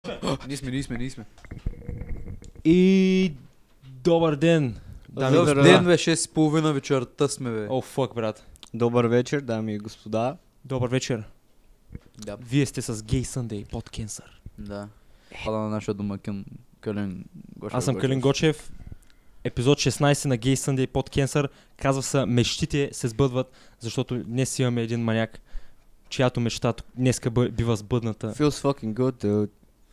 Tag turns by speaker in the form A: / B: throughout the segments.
A: Ние сме, ние сме, ние сме.
B: И добър ден, дами и
A: Здрав
B: господа.
A: ден, е бе, 6.30 вечерта сме, бе.
B: О, фак, брат.
C: Добър вечер, дами и господа.
B: Добър вечер.
A: Да.
B: Вие сте с Gay Sunday под Кенсър.
A: Да. Пада на нашия домакин Калин Гошев.
B: Аз съм Калин Гочев. Епизод 16 на Gay Sunday под Кенсър. Казва се мечтите се сбъдват, защото днес имаме един маняк, чиято мечта тук- днеска бъ- бива сбъдната.
C: Feels fucking good, dude.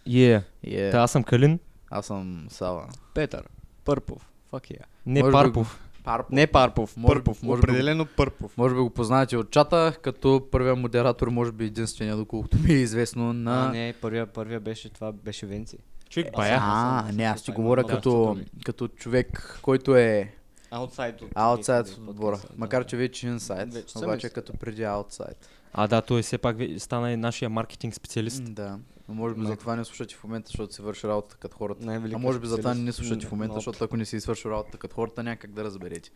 B: Е,
A: Yeah.
B: да, аз съм Калин,
A: Аз съм Сава.
C: Петър. Пърпов. Fuck yeah.
B: не
A: Може да го-
B: Парпов.
A: Парпо.
C: Не Парпов,
A: Може-
C: Пърпов.
A: може би-
C: определено Пърпов.
A: Може би го познаете от чата, като първия модератор, може би единствения, доколкото ми е известно
D: А,
A: на...
D: не, първия, първия беше това, беше Венци.
B: Човек,
D: бая.
B: бая.
A: А,
D: Аз съм-
A: не, аз ти
D: това
A: говоря
D: има, да.
A: като, като човек, който е
D: Аутсайд от...
A: аутсайд от Е, отбора. Макар, че вече
D: Е,
A: е
D: Вече
A: инсайд,
D: съм
A: обаче
D: инсайд.
A: като преди аутсайд.
B: А, да, той е все пак ве- стана и нашия маркетинг специалист.
A: Да. Но може би
B: Малко.
A: затова не слушате в момента, защото си върши работа като хората.
D: Най-велика
A: А може би затова не ни
D: специалист.
A: слушате в момента,
D: Много.
A: защото ако не си свърши работата като хората, някак да разберете.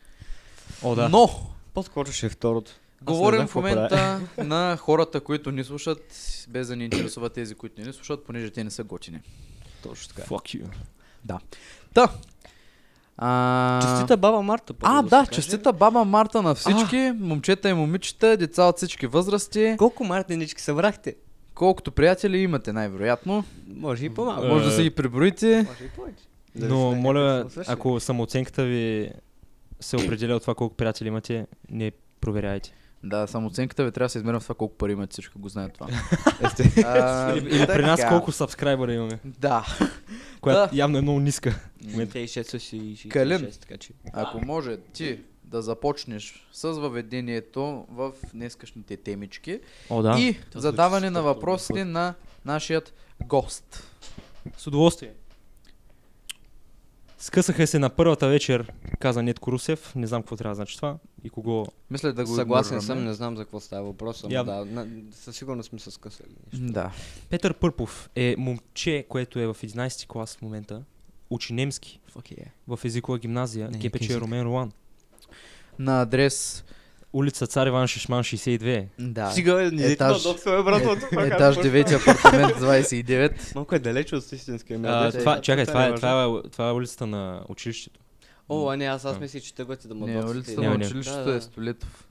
B: О, да.
A: Но,
C: По-скоро ще е второто.
A: говорим
C: знам
A: в
C: какво правя.
A: момента на хората, които ни слушат, без да ни интересуват тези, които не ни слушат, понеже те не са готини.
C: Точно така.
B: Fuck you.
A: А...
D: Честита баба Марта. първо
A: А, да,
D: се каже.
A: честита баба Марта на всички, момчета и момичета, деца от всички възрасти,
D: Колко мартенички събрахте?
A: колкото приятели имате най-вероятно.
D: Може и
A: А,
D: по-малко.
A: може да си ги преброите.
D: Може и повече.
B: Е. Но
D: Зависи
B: моля,
D: някакво са свършили.
B: ако самооценката ви се определя от това колко приятели имате, не проверяйте.
A: Да, самооценката ви трябва да се измерва в това колко пари имате, всички го знаят това.
C: Есте.
A: А,
B: Или при нас
A: така.
B: колко сабскрайбъра имаме,
A: Да.
B: която явно е много ниска. момента.
D: 56 са си- си-
A: Калин.
D: 66, така че.
A: Ако може ти да започнеш с въведението в днескашните темички
B: О, да.
A: и
D: звучи
A: задаване на
D: страхотно.
A: въпросите на нашият гост.
B: С удоволствие. Скъсаха се на първата вечер, каза Нетко Русев. Не знам какво трябва да значи това и кого.
A: Мисля да го
D: Съгласен
A: игнорираме.
D: съм, не знам за какво става въпрос, ама
B: Явно.
D: да, на- със сигурност сме се скъсали.
A: Да.
B: Петър Пърпов е момче, което е в 11 клас в момента. Учи немски в езикова гимназия
D: Не,
B: ГПЧ
D: език.
B: Ромен Руан.
A: На адрес
B: Улица Цар Иван Шишман 62.
A: да.
D: Сега не дете
A: етаж.
D: доксваме, брат, от това как
A: Етаж
D: почна.
A: 9, апартамент 29.
D: Малко е далече от истинския ми
B: А,
D: адрес.
A: да,
B: това,
D: да,
B: чакай,
D: да,
B: това е,
D: да,
B: това, е, това е улицата на училището.
D: О, а не, аз, аз
B: А.
D: мислих, че те готи да ма
A: Не, е
D: доксват
A: улицата
D: и-
A: на
B: Не, не.
A: училището
D: Да,
A: е
D: да.
A: Столетов.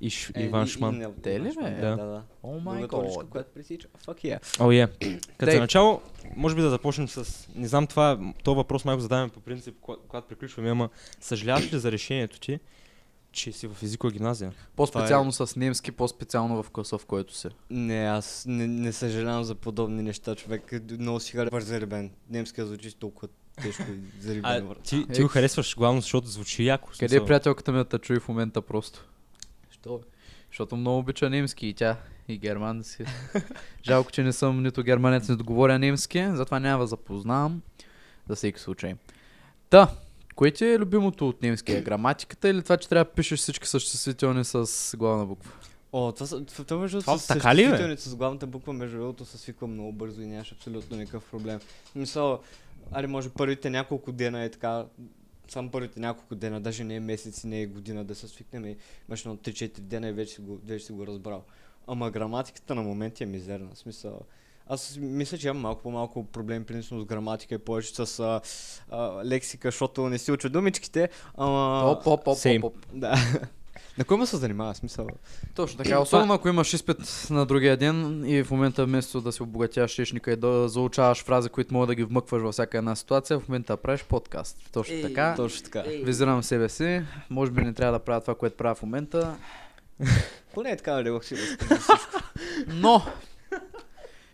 B: И Ш-
D: Е,
B: Иван
D: и- и
B: Шман.
D: не-
A: Те ли,
D: Иван Шман,
A: бе?
D: Да, да.
A: О май
D: Другата уличка,
A: год.
D: която пресича. Fuck yeah.
B: О,
A: е.
B: oh, yeah. Като
A: Дей.
B: начало, може би да започнем с... Не знам това, м, този въпрос май го задаваме по принцип, кога- когато приключваме, ама съжаляваш ли за решението ти, че си в езикова гимназия?
A: По-специално с немски, по-специално в класа, в който си.
D: Не, аз не, не съжалявам за подобни неща, човек. Много си харесва е заребен. Немския звучи толкова тежко и
B: А,
D: заребен. брат.
B: ти, ти го
A: Екс.
B: харесваш главно, защото звучи яко. в
A: Къде
B: смисъл.
A: е приятелката ми да те чуи в момента просто? Що? Защото много обича немски и тя, и германски. Жалко, че не съм нито германец, нито говоря немски, затова няма да запознавам за всеки случай. Та, кое ти е любимото от немския? Граматиката или това, че трябва да пишеш всички съществителни с главна буква?
D: О, това, са- това, това между
B: Това
D: другото с
B: така ли, бе?
D: съществителните с главната буква, между другото, се свиква много бързо и нямаш абсолютно никакъв проблем. Мисъл, али може първите няколко дена е така, само първите няколко дена, даже не е месец и не е година да се свикнем и имаш едно 3-4 дена и вече си го, вече си го разбрал. Ама граматиката на моменти е мизерна. в Смисъл, аз мисля, че имам малко по-малко проблем принципно с граматика и повече с а, а, лексика, защото не си уча думичките. Ама...
A: Оп, оп, оп,
B: same.
A: оп, оп.
D: Да. На кой ме се занимава смисъл?
A: Точно така, особено ако имаш изпит на другия ден и в момента вместо да се обогатяваш речника и да заучаваш фрази, които мога да ги вмъкваш във всяка една ситуация, в момента правиш подкаст. Точно
D: Ей,
A: така.
D: Точно така.
A: Визирам себе си. Може би не трябва да правя това, което правя в момента.
D: Поне е така релаксирано.
A: Но!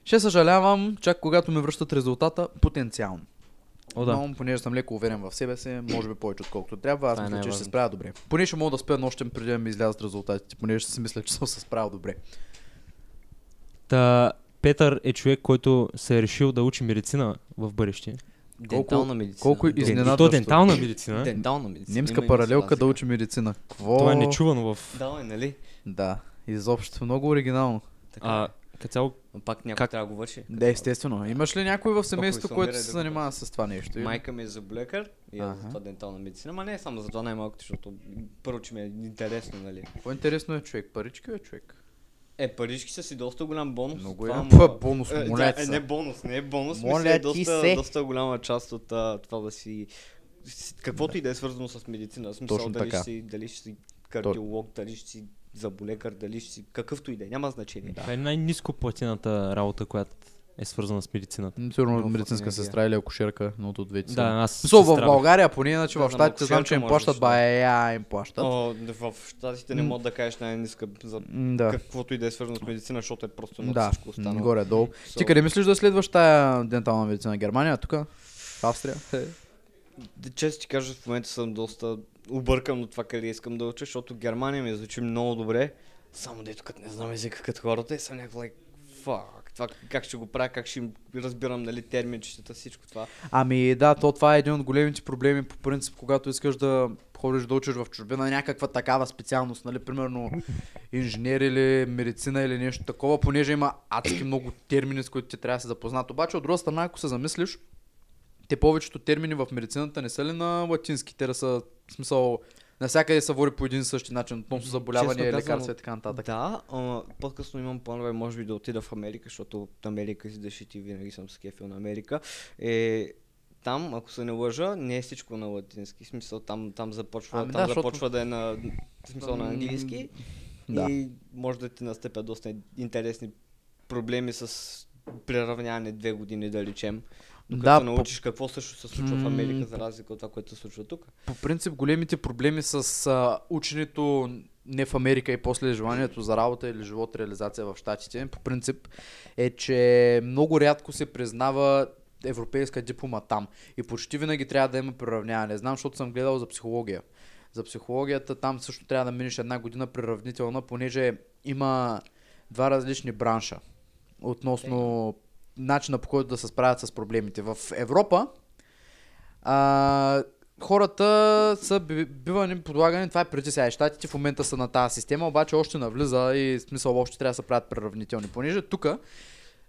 A: Ще съжалявам, чак когато ми връщат резултата, потенциално.
B: О, да.
A: Но, понеже съм леко уверен в себе си, може би повече отколкото трябва, аз
D: Това е
A: мисля, че ще се
D: най-важното.
A: справя добре. Поне ще мога да спя нощем преди да ми излязат резултатите, понеже ще си мисля, че съм се справил добре.
B: Та, Петър е човек, който се е решил да учи медицина в бъдеще.
D: Дентална медицина.
A: колко
D: Ден-
A: изненада-
B: И
A: Изненадващо.
B: то дентална медицина.
D: Дентална медицина.
A: Немска
D: Има и
A: паралелка
D: медицина,
A: да учи медицина. Кво?
B: Това е нечувано в...
D: сега. Да, бе, нали?
A: Да, изобщо много оригинално.
D: Така. е.
B: А, като цяло,
D: Но пак някой
B: как-
D: трябва да го върши.
A: Да, естествено. Имаш ли някой в семейството,
D: Толкова
A: който
D: изумира
A: се
D: да
A: занимава с това нещо? или?
D: Майка ми е зъблекар и аз
A: Аха.
D: за това дентална медицина. Ма не е само за това най-малкото, защото първо, че ми е интересно, нали?
A: Какво интересно е човек? Паричка е човек.
D: Е, парижки са си доста голям бонус.
A: Много е.
D: Това
A: П-
D: му-
A: бонус,
D: Е,
A: моля
D: да,
A: ти
D: е,
A: се.
D: не бонус, не е бонус.
A: Моля
D: Мисля, е
A: ти
D: доста,
A: се.
D: доста голяма част от а, това да си... с- Каквото и да е свързано с медицина. В Смисъл,
A: Точно
D: дали
A: така.
D: ще си, дали ще си кардиолог, дали ще си заболекар, дали ще си какъвто и да е. Няма значение.
B: Това е най-низко платената работа, която е свързана с медицината.
A: М, Сигурно
D: Много
A: медицинска
D: факт,
A: сестра или акушерка, но от двете.
B: Да, аз.
A: Со, в
B: сестра бях.
A: България, поне иначе
D: Да,
A: в
D: знам,
A: щатите знам, че
D: акушерка
A: им
D: може да
A: плащат
D: си.
A: бая, им плащат.
D: О, да, в щатите не
A: М.
D: мога да кажеш най-ниска за
A: М, Да.
D: каквото и да е свързано с медицина, защото е просто на
A: Да,
D: всичко останало.
A: горе-долу.
D: So,
A: Ти къде мислиш да следваш тая дентална медицина? Германия, тук? Австрия? Е.
D: Да, често ти кажа, в момента съм доста объркан от това къде искам да уча, защото Германия ми звучи много добре. Само дето като не знам езика като хората и съм някакво like, fuck, това как ще го правя, как ще им разбирам нали, терминчетата, всичко това.
A: Ами да, то това е един от големите проблеми по принцип, когато искаш да ходиш да учиш в чужбина някаква такава специалност, нали, примерно инженер или медицина или нещо такова, понеже има адски много термини, с които ти трябва да се запознат. Обаче от друга страна, ако се замислиш, те повечето термини в медицината не са ли на латински, те да са в смисъл навсякъде се говори по един и същи начин, относно заболявания,
D: Честно
A: лекарства
D: казано,
A: и така нататък.
D: Да, ама по-късно имам планове, може би да отида в Америка, защото от Америка си дъщи ти винаги съм скефил на Америка. Е, там, ако се не лъжа, не е всичко на латински. В Смисъл, там, там започва,
A: Ами
D: там
A: да,
D: да,
A: защото-
D: започва да е на, в смисъл, на
A: М,
D: английски.
A: да.
D: И може да ти настъпят доста интересни проблеми с приравняване две години, да речем. Да,
A: Да,
D: да
A: по-
D: научиш какво също се случва в
A: М,
D: Америка, за разлика от това, което се случва тук.
A: По принцип, големите проблеми с а, ученето не в Америка и после желанието за работа или живот реализация в Штатите, по принцип е, че много рядко се признава европейска диплома там. И почти винаги трябва да има приравняване. Знам, защото съм гледал за психология. За психологията там също трябва да минеш една година приравнителна, понеже има два различни бранша относно начина по който да се справят с проблемите. В Европа а, хората са би- бивани подлагани, това е преди сега. Щатите в момента са на тази система, обаче още навлиза и в смисъл още трябва да се правят преравнителни. Понеже тук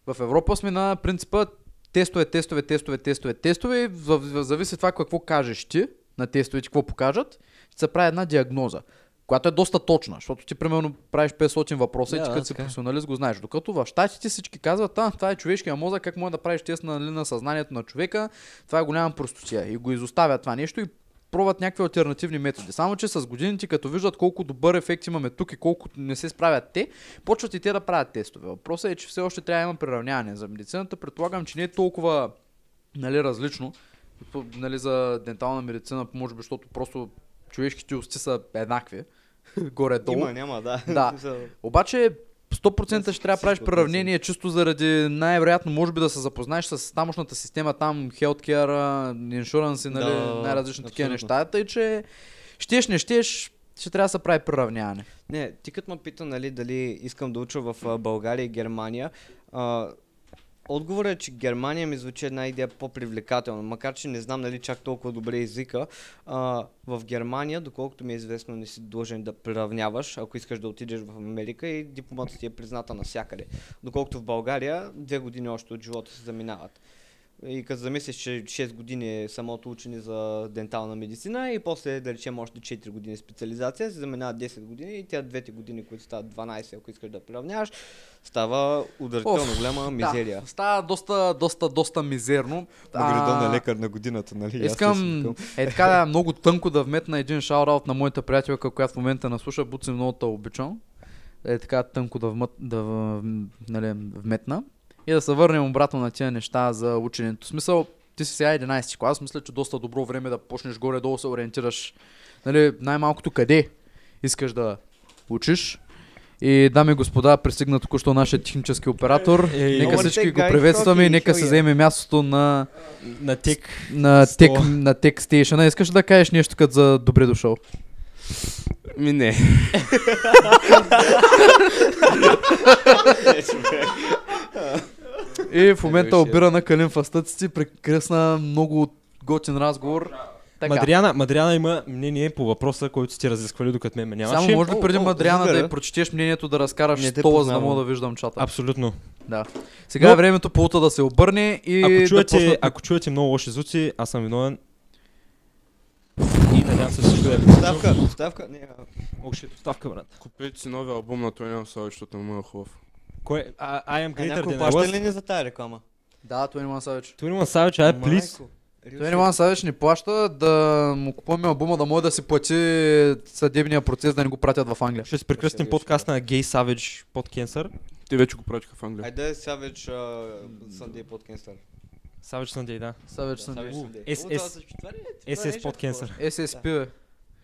A: в Европа сме на принципа тестове, тестове, тестове, тестове, тестове и в, в, зависи това какво кажеш ти на тестовете, какво покажат, ще се прави една диагноза, която е доста точна, защото ти примерно правиш 500 въпроса и
B: Да,
A: ти
B: да,
A: като си
B: така е.
A: професионалист го знаеш. Докато в щатите всички казват, а, това е човешкия мозък, как може да правиш тест на, нали, на съзнанието на човека, това е голяма простотия. И го изоставят това нещо и пробват някакви альтернативни методи. Само, че с годините, като виждат колко добър ефект имаме тук и колко не се справят те, почват и те да правят тестове. Въпросът е, че все още трябва да има приравняване. За медицината предполагам, че не е толкова нали, различно. По- Нали, за дентална медицина, може би, защото просто човешките усти са еднакви. Горе-долу.
D: Има, няма, да.
A: Да.
D: Смисъл,
A: Обаче 100% ще трябва да
D: Всичко е
A: правиш
D: относно.
A: приравнение чисто заради най-вероятно може би да се запознаеш с тамошната система, там healthcare, insurance и нали,
D: Да,
A: най-различни такива
D: абсолютно.
A: неща, тъй че щеш, не щеш, ще трябва да се прави приравняване.
D: Не, ти като ме пита, нали, дали искам да уча в а, България и Германия, а, отговорът е, че Германия ми звучи една идея по-привлекателна, макар че не знам, нали, чак толкова добре езика. А, в Германия, доколкото ми е известно, не си длъжен да приравняваш, ако искаш да отидеш в Америка и дипломата ти е призната навсякъде. Доколкото в България, две години още от живота се заминават. И като замислиш, че 6 години е самото учене за дентална медицина и после, да речем, още 4 години специализация, се заминават 10 години и тя двете години, които стават 12, ако искаш да приравняваш, става удъртелно
A: Оф,
D: голяма мизерия.
A: Да, става доста, доста, доста мизерно. А,
C: на годината, нали?
A: Искам е така да, много тънко да вметна един шаут на моята приятелка, която в момента наслуша, Буци много те обичам. Е така тънко да, вмът, да в- нали, вметна. И да се върнем обратно на тия неща за ученето. В смисъл, ти си сега 11 клас, мисля, че доста добро време е да почнеш горе-долу се ориентираш. Нали, най-малкото къде искаш да учиш. И дами и господа, пристигна току-що нашия технически оператор.
B: Ей,
A: нека
B: Over
A: всички
D: take,
A: го
D: guys.
A: приветстваме и
D: Fucking
A: нека се
D: hell yeah.
A: вземе мястото на
B: На тек.
A: на
B: Сто.
A: тек, на тек стейшъна. Искаш да кажеш нещо като за добре дошъл?
C: Ми не.
A: И Е, в момента
C: беше.
A: обира на Калин фастъците, прекръсна много готин разговор. Така.
B: Мадриана, Мадриана има мнение по въпроса, който сте разисквали, докато мен ме нямаше.
A: Само може ли
D: О,
A: преди
D: о,
A: Мадриана да
D: разбира.
A: я прочетеш мнението, да разкараш
D: Не те
A: стола, за да
D: познавам.
A: мога да виждам чата.
B: Абсолютно.
A: Да. Сега
B: Но-
A: е времето полута да се обърне и
B: Ако чуете,
A: да пуснат-
B: ако чуете много лоши звуци, аз съм виновен. И надявам се всичко е.
D: Ставка, ставка, не, а,
B: О, ще доставка, брат.
C: Купете си новия албум на Тони Савич, защото не му е хубав.
B: Кой? А, I am
D: а
B: greater
D: някой
B: than I
D: плаща ли
B: was.
D: ни за тази реклама?
A: Да, 21 Savage.
B: Тури Масавич, ай, е плиз.
D: Майко, Рил си-
A: 21 Savage Е, ни плаща да му купуваме албума, да може да си плати съдебния процес, да не го пратят в Англия.
B: Ще си прекръстим подкаст на Гей Савич под Кенсър.
C: Те вече го пратиха в Англия.
D: Айде сега вече Съндей Подкенстър.
B: Савич Сандей, да.
A: Савич съм.
D: Savage Sunday.
B: Е, е, е. СС под Кенсър.
A: SSP, бе.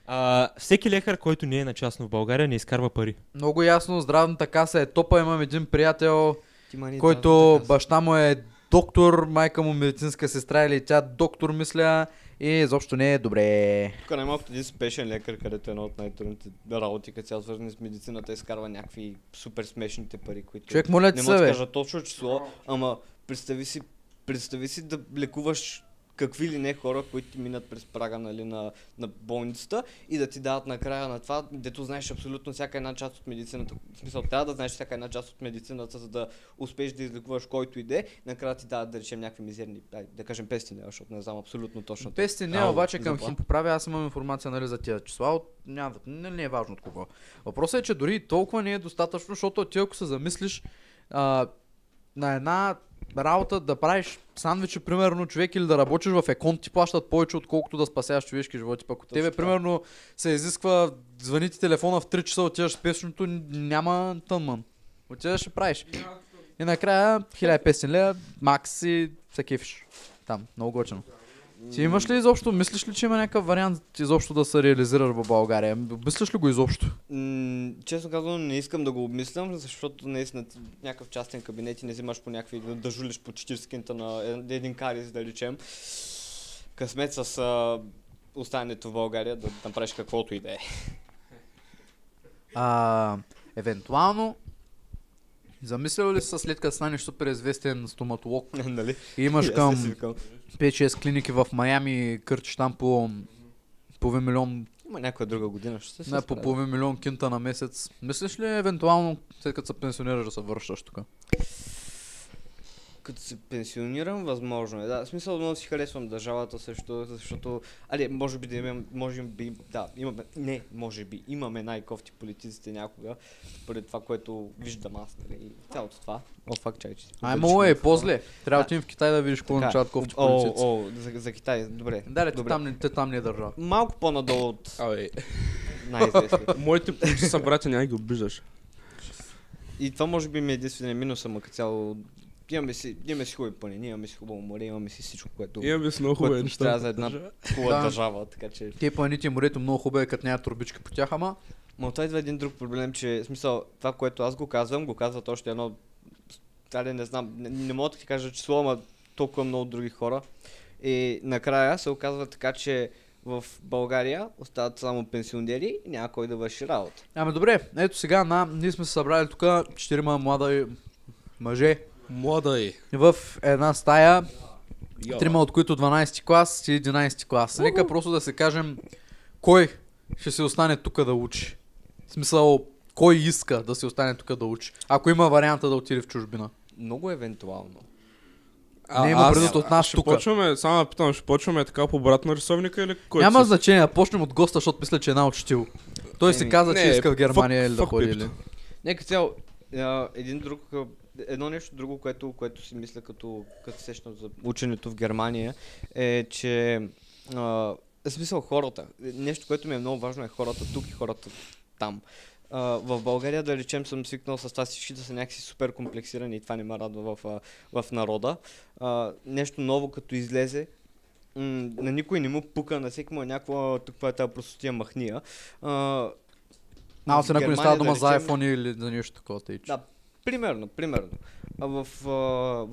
B: А, всеки лекар, който не е на частно в България, не изкарва пари.
A: Много ясно, здравната каса е топа. Имам един приятел,
D: Ти мани,
A: който баща му е доктор, майка му медицинска сестра или тя доктор мисля и изобщо не е добре.
D: Тук е най-малкото един спешен лекар, където е една от най-трудните работи, като цяло свързани с медицината, изкарва някакви супер смешните пари, които
A: Човек, моля
D: не
A: ти
D: мога
A: се,
D: да
A: бе.
D: кажа точно число, ама представи си, представи си да лекуваш какви ли не хора, които ти минат през прага нали, на, на болницата и да ти дават накрая на това, дето знаеш абсолютно всяка една част от медицината. В смисъл, трябва да знаеш всяка една част от медицината, за да успееш да излекуваш който иде. Накрая ти дават, да речем, някакви мизерни, ай, да кажем 500 лева, защото не знам абсолютно точно.
A: Пести не,
D: Ау,
A: обаче към
D: заплата.
A: хим поправя, аз имам информация нали, за тия числа, от... няма, не, не е важно от кого. Въпросът е, че дори и толкова не е достатъчно, защото ти ако се замислиш а, на една работа да правиш сандвичи, примерно, човек или да работиш в екон, ти плащат повече, отколкото да спасяваш човешки животи. Пък от
D: Точно
A: тебе,
D: така.
A: примерно, се изисква звъни ти телефона в 3 часа, отиваш в спешното, н- няма тъмън. Отиваш и правиш. И накрая 1500 лева, макс и се кефиш. Там, много готино. Ти имаш ли изобщо, мислиш ли, че има някакъв вариант изобщо да се реализираш в България? Мислиш ли го изобщо?
D: М, честно казвам, не искам да го обмислям, защото наистина ти в някакъв частен кабинет и не взимаш по някакви, да, да жулиш по 40 кинта на е- един кариес, да речем. Късмет с а, останането в България, да направиш каквото и да е.
A: А, евентуално, замислял ли си се след като станеш супер известен стоматолог
D: нали?
A: и имаш
D: И аз не си
A: към
D: викам.
A: 5-6 клиники в Майами, кърчиш там по половин милион,
D: Има някоя друга година, ще се
A: не, по
D: справя.
A: половин милион кинта на месец. Мислиш ли евентуално, след като се пенсионираш да се вършаш тук?
D: Като се пенсионирам, възможно е. Да, в смисъл много си харесвам държавата също, защото... Али, може би да имам, може би, да, имаме, не, може би, имаме най-кофти политиците някога, поради това, което виждам аз, нали, и цялото това. О, факт, чай, че... си
A: Ай,
D: победиш
A: мало е,
D: микрофона.
A: после. Трябва да
D: Да.
A: отидем в Китай да видиш какво
D: Така е.
A: начат кофти
D: О,
A: политици.
D: О, за, за Китай, добре.
A: Да, те
D: добре.
A: там, не- те там не е държава.
D: Малко по-надолу от
C: Абе,
D: най-известните.
C: моите почти са братя, няма да ги обиждаш.
D: И това може би ми е единствения минус, ама като цяло... Имаме си, имаме си хубави планини, имаме си хубаво море, имаме си всичко, което...
C: Имаме с много хубави
D: Което
C: неща.
D: трябва за една хубава
A: Да.
D: държава, така че...
A: Те планите и морето много хубаво е, като няма турбички по тях, ама
D: Ма това идва един друг проблем, че в смисъл, това, което аз го казвам, го казват още едно. Дали не знам, не, не мога да ти кажа число, ама толкова много други хора. И накрая се оказва така, че в България остават само пенсионери и няма кой да върши работа.
A: Ами добре, ето сега на, ние сме се събрали тук четирима млада мъже
C: Млада е.
A: в една стая, трима от които 12 клас и 11 клас. Нека просто да се кажем кой ще се остане тук да учи. В смисъл, кой иска да се остане тук да учи, ако има варианта да отиде в чужбина.
D: Много евентуално.
A: Не има предвид от нас
C: ще
A: тука.
C: Почваме, само да питам, ще почваме така по брат на рисовника или кой?
A: Няма
C: си-
A: значение, да почнем от госта, защото мисля, че е научил. Той си
D: Еми,
A: каза, че
C: не,
A: иска в Германия
C: fuck-
A: или да
C: fuck
D: е,
A: ходи.
C: people.
A: Или...
D: Нека цяло, а, един друг, а, едно нещо друго, което, което си мисля като, като се сещам за ученето в Германия, е, че а, в смисъл хората. Нещо, което ми е много важно е хората тук и хората там. А, в България, да речем, съм свикнал с това всички да са някакси супер комплексирани и това не ме радва в, а, в народа. А, нещо ново, като излезе, м- на никой не му пука, на всеки му е някаква, тук това е тази простотия махния. А,
A: А,
D: в
A: освен ако не
D: Германия,
A: става дума
D: да
A: за
D: речем,
A: iPhone или за нещо такова. Тъй, че.
D: Да, примерно, примерно. А в, а,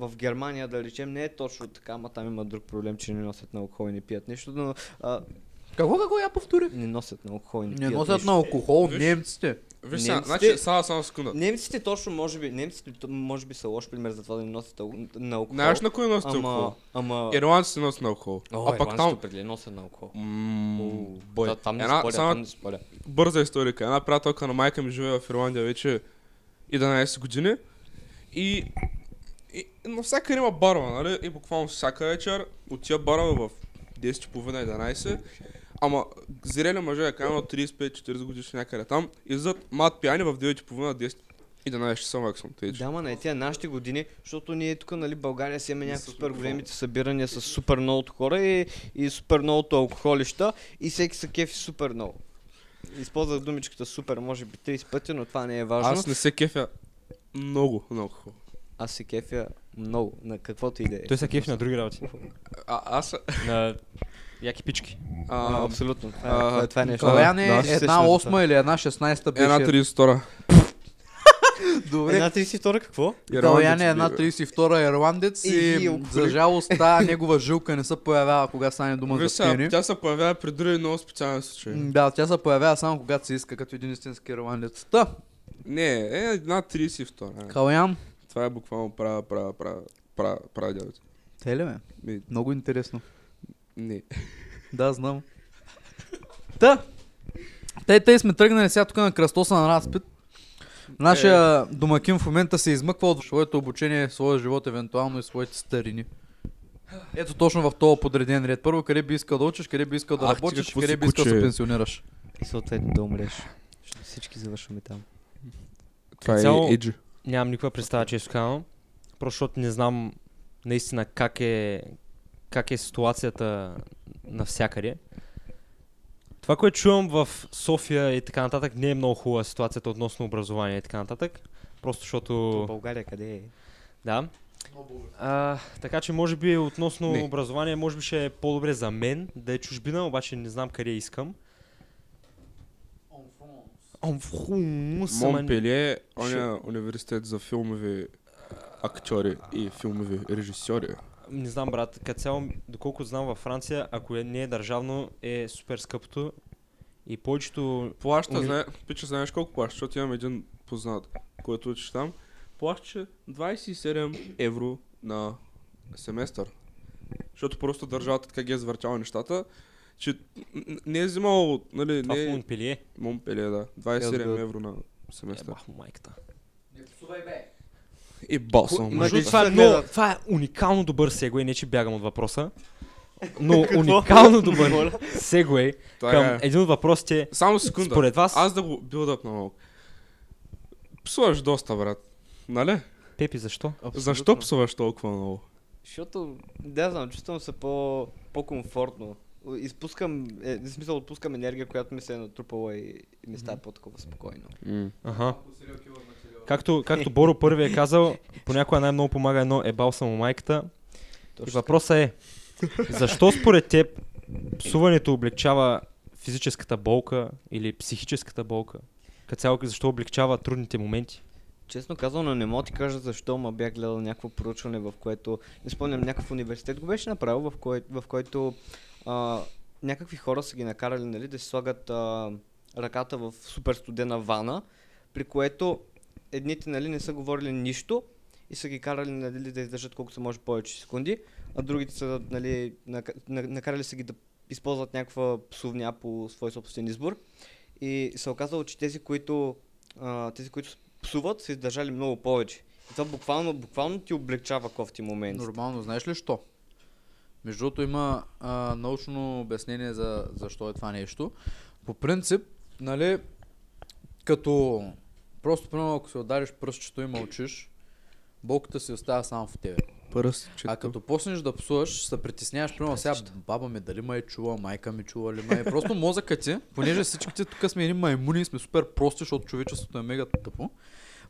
D: в Германия, да речем, не е точно така, ама там има друг проблем, че не носят на алкохол и не пият нищо, но а,
A: Какво, какво я повтори?
D: не носят на алкохол и не,
A: Не
D: пият
A: носят
D: нищо.
A: на алкохол
C: Виж.
A: немците.
C: Виж сега,
D: Немците-
C: значи, само, само секунда.
D: Немците точно може би, немците то- може би са лош пример за това да не носят ал- на алкохол.
C: Знаеш на кой носите
D: ама,
C: алкохол?
D: ама...
C: Ирландците носят на алкохол.
D: О,
C: А пак там...
D: определено носят е на алкохол.
C: М,
D: О,
C: бой.
D: Та, там не
C: Една-
D: споря,
C: само-
D: там не споря.
C: бърза историка. Една приятелка на майка ми живее в Ирландия вече 11 години. И, и навсякъде има барва, нали? И буквално всяка вечер от тия барва в 10.30-11. Ама зрели мъже, е камено 35-40 годишни някъде там, и зад мат пияни в 9.30-10. И да наеш съм максимум тъй, че.
D: Да, ма на тия нашите години, защото ние тук, нали, България си имаме някакви
C: Мисля,
D: супер
C: какво?
D: големите събирания с супер многото хора и, и супер многото алкохолища и всеки са кефи супер много. Използвах думичката супер, може би 30 пъти, но това не е важно.
C: Аз не се кефя много, много хубаво.
D: Аз се кефя много, на каквото и да е.
B: Той се кефи на други работи.
C: А, аз...
B: на яки пички.
D: А,
C: А,
D: абсолютно. Това,
C: а,
D: е, това, е, това е нещо.
A: Калян
D: Да,
A: е
D: аз се сещам
A: една
D: за това.
A: 8 или една 16-та беше.
C: една 32
A: Добре.
D: Една 32 какво?
A: Калян е една 32-а ирландец
D: И- и
A: и
D: алкохолик.
A: за жалост тази негова жилка не се появява, кога стане дума
C: Виж
A: за пиене.
C: сега, тя се появява при други много специални случаи.
A: М, Да, тя се появява само когато се иска, като един истински ирландец. Та,
C: Не, е една 32.
A: Калян,
C: Това е буквално права, права, права, права, права дядото.
A: те ли ме?
C: Ми,
A: Много интересно.
C: Не.
A: Да, знам. Та, те, те сме тръгнали сега тук на кръстоса на разпит. Нашия
C: Е.
A: домакин в момента се измъква от своето обучение, своя живот, евентуално и своите старини. Ето точно в този подреден ред. Първо, къде би искал да учиш, къде би искал да
C: Ах, ти
A: работиш,
C: какво
A: къде
C: си
A: би искал да се
C: куче.
A: пенсионираш.
D: И съответно да умреш. Защото всички завършваме там.
C: Това
B: Цяло-
C: е Еджи.
B: Нямам никаква представа, често казвам. Просто защото не знам наистина как е, как е ситуацията навсякъде. Това, което чувам в София и така нататък, не е много хубава ситуацията относно образование и така нататък. Просто защото...
D: В България къде е?
B: Да. А, така че може би относно
C: Не.
B: образование, може би ще е по-добре за мен да е чужбина, обаче не знам къде искам. Ам, в хумус, ама-
C: Монпелие, оня университет за филмови актьори и филмови режисьори.
B: Не знам, брат. Като цяло, доколкото знам във Франция, ако е- не е държавно, е супер скъпото. И повечето...
C: Плаща,
B: Уни-
C: зна... пича, знаеш колко плаща, защото имам един познат, който е учи там. Плаща 27 евро на семестър. Защото просто държавата така ги е завъртяла нещата, че н- н- не е взимал, нали,
B: Това в
C: не е
B: Монпелие.
C: Монпелие, да.
D: Елсбет.
C: 27 евро на
B: Е,
C: семестър.
B: бах, му майката.
C: И басъл,
D: Ма,
B: Между
D: ти
B: другото, това, е
D: след мен,
B: много,
D: да.
B: това е уникално добър сегвей, не че бягам от въпроса. Но уникално добър сегвей
C: е.
B: към един от въпросите. е,
C: Само секунда.
B: Според вас-
C: Аз да го билдъп на малко. Псуваш доста, брат. Нали?
B: Пепи, защо?
C: Защо псуваш толкова много?
D: Защото, да знам, чувствам се по, по-комфортно. Изпускам, е, в смисъл отпускам енергия, която ми се е натрупала и, и ми става по-такова спокойно.
B: Аха. Както, както Боро първи е казал, понякога най-много помага едно ебал съм у майката. И въпросът е, защо според теб псуването облегчава физическата болка или психическата болка? Като цяло, защо облегчава трудните моменти?
D: Честно казано, не мога ти кажа защо, ма бях гледал някакво проучване, в което, не спомням, някакъв университет го беше направил, в, кое, в който а, някакви хора са ги накарали нали, да си слагат а, ръката в супер студена вана, при което едните нали, не са говорили нищо и са ги карали нали, да издържат колкото се може повече секунди, а другите са нали, нака- на- накарали са ги да използват някаква псовня по свой собствен избор. И се оказало, че тези, които, а, тези, които псуват, са издържали много повече. И това буквално, буквално ти облегчава кофти момент.
A: Нормално, знаеш ли що? Между другото има а, научно обяснение за защо е това нещо. По принцип, нали, като просто, примерно, ако се удариш пръстчето и мълчиш, болката си остава само в тебе.
C: Пръст, че
A: А като почнеш да псуваш, се притесняваш, примерно сега баба ми дали ме е чула, майка ми чула ли ме е. Просто мозъкът ти, понеже всичките тук сме едни маймуни и сме супер прости, защото човечеството е мега тъпо.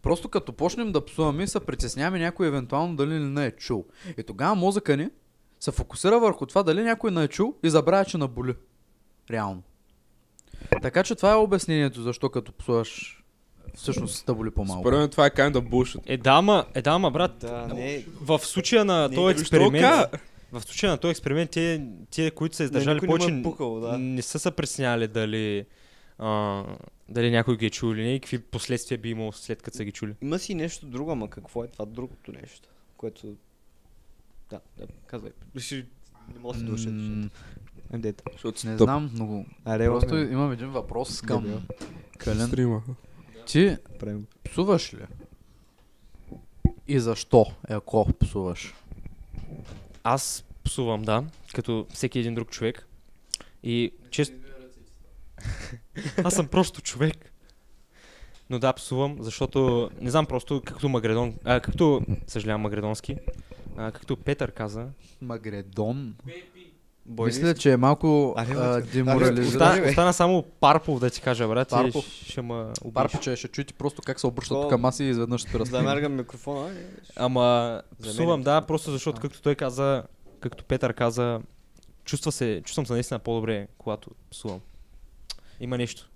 A: Просто като почнем да псуваме, се притесняваме някой евентуално дали не е чул. И тогава мозъка ни се фокусира върху това дали някой не е чул и забравя, че наболи. Реално. Така че това е обяснението защо като псуваш всъщност те боли по-малко.
C: Според мен това е kind of bullshit.
B: Е, да, ма, е, да, ма, брат,
D: Да, не,
B: в случая на
D: Не,
B: този
D: виж,
B: експеримент,
C: толкова-
B: в случая на този експеримент, те, те които са издържали
D: никой не му
B: повече,
D: е пукало, да.
B: не са се пресняли дали, а, дали някой ги е чул или не и какви последствия би имало след като са ги чули.
D: има си нещо друго, ама какво е това другото нещо, което... Да, да, казвай. Ще- Не мога да се душа.
A: М,
D: Дета.
C: Защото си
A: Не
C: тъп.
A: знам, много.
D: Аре,
A: Просто
D: Просто...
A: имам един въпрос
D: Дебел.
A: към Кален.
C: Стрима.
A: Ти
D: правим.
A: псуваш ли? И защо, ако псуваш?
B: Аз псувам, да, като всеки един друг човек. И чест... Аз съм просто човек. Но да, псувам, защото не знам просто, както Магредон, а, както, съжалявам, Магредонски, а, както Петър каза,
A: Магредон.
D: Бой
A: Мисля, че е малко
D: Аре,
A: а,
D: аре,
A: деморализиран.
D: аре,
B: остана, остана само Парпов да ти кажа, брат,
A: Парпов.
B: Парпов. ще ме убиеш.
A: Парпо, че ще чуете просто как се обръщат
D: То-
A: към аз и изведнъж ще
D: че...
A: разпина.
D: Замергам микрофона. е, и-
B: Ама
D: За мен е
B: псувам, да, просто
A: А.
B: защото както той каза, както Петър каза, чувства се, чувствам се наистина по-добре, когато псувам. Има нещо.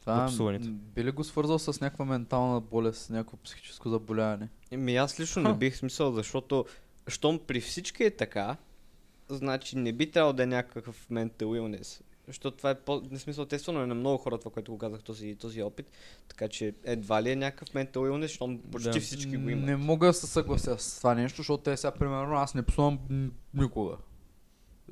A: Това
B: от псуването.
A: м, би ли го свързал с някаква ментална болест, с някакво психическо заболяване?
D: Еми Ами аз лично
B: Ха.
D: не бих смисъл, защото щом при всички е така, значи не би трябвало да е някакъв mental illness. Защото това е по... не смисъл естествено е на много хора това, което го казах този, този опит. Така че едва ли е някакъв mental illness, щом почти
B: Да.
D: всички го
A: Не
D: имат.
A: мога да се съглася с това нещо, защото те сега, примерно, аз не псувам м, никога.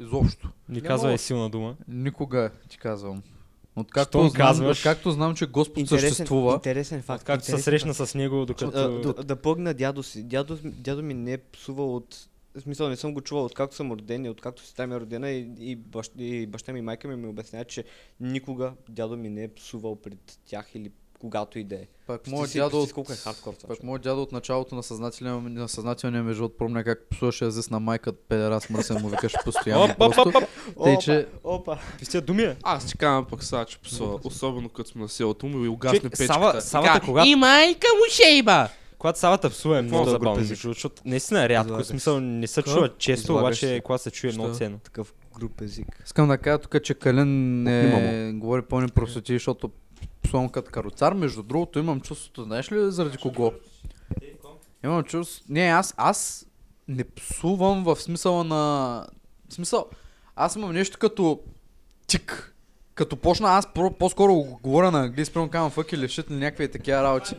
A: Изобщо.
B: Ни
A: Не
B: казва
A: мога.
B: е силна дума.
A: Никога ти казвам.
B: Щом
A: Откакто знам,
B: казваш.
A: откакто знам, че Господ съществува,
D: интересен факт.
B: Както се
D: интересен
B: срещна
D: факт.
B: с него,
D: А,
B: докато...
D: да, да пъгна дядо си. Дядо, дядо ми не е псувал от... В смисъл не съм го чувал откакто съм роден и откакто сестра ми е родена и, и, бащ, и баща ми и майка ми ми обясняват, че никога дядо ми не е псувал пред тях или когато и да е.
A: пак
D: Моят
A: моят дядо от
D: колко е хардкор това.
A: Пак
D: човек.
A: моят дядо от началото на съзнателния, на съзнателния ми живот помня как псуваше езис на майка, педерас мръсен му викаше постоянно.
B: Оп, оп,
A: просто.
B: оп, оп.
A: Тъй, че
D: Опа!
B: Пистия думи е.
C: Аз ти казвам пък сега, че псува, особено като сме на селото му и угасне
B: Човек,
C: печката.
B: Сава, Савата,
C: Така,
B: когато,
C: И майка му шейба!
B: когато Савата псува е много
C: Какво да го
B: забавно,
C: пазиш?
B: между другото, защото наистина е рядко, в
D: Излагаш.
B: смисъл не се
D: Как?
B: чува често,
D: Излагаш
B: обаче
D: се.
B: когато се чуе е много
C: Що?
B: ценно.
D: Такъв груп език.
A: искам да кажа тук, че Калин не
C: Отнема
A: говори пълни простоти, защото псувам като кароцар. Между другото имам чувството, знаеш ли заради кого? Имам чувство. Не, аз, аз не псувам в смисъла на... В смисъл, аз имам нещо като тик. Като почна, аз про- по-скоро го говоря на английски, прямо казвам фък или shit или някакви такива работи.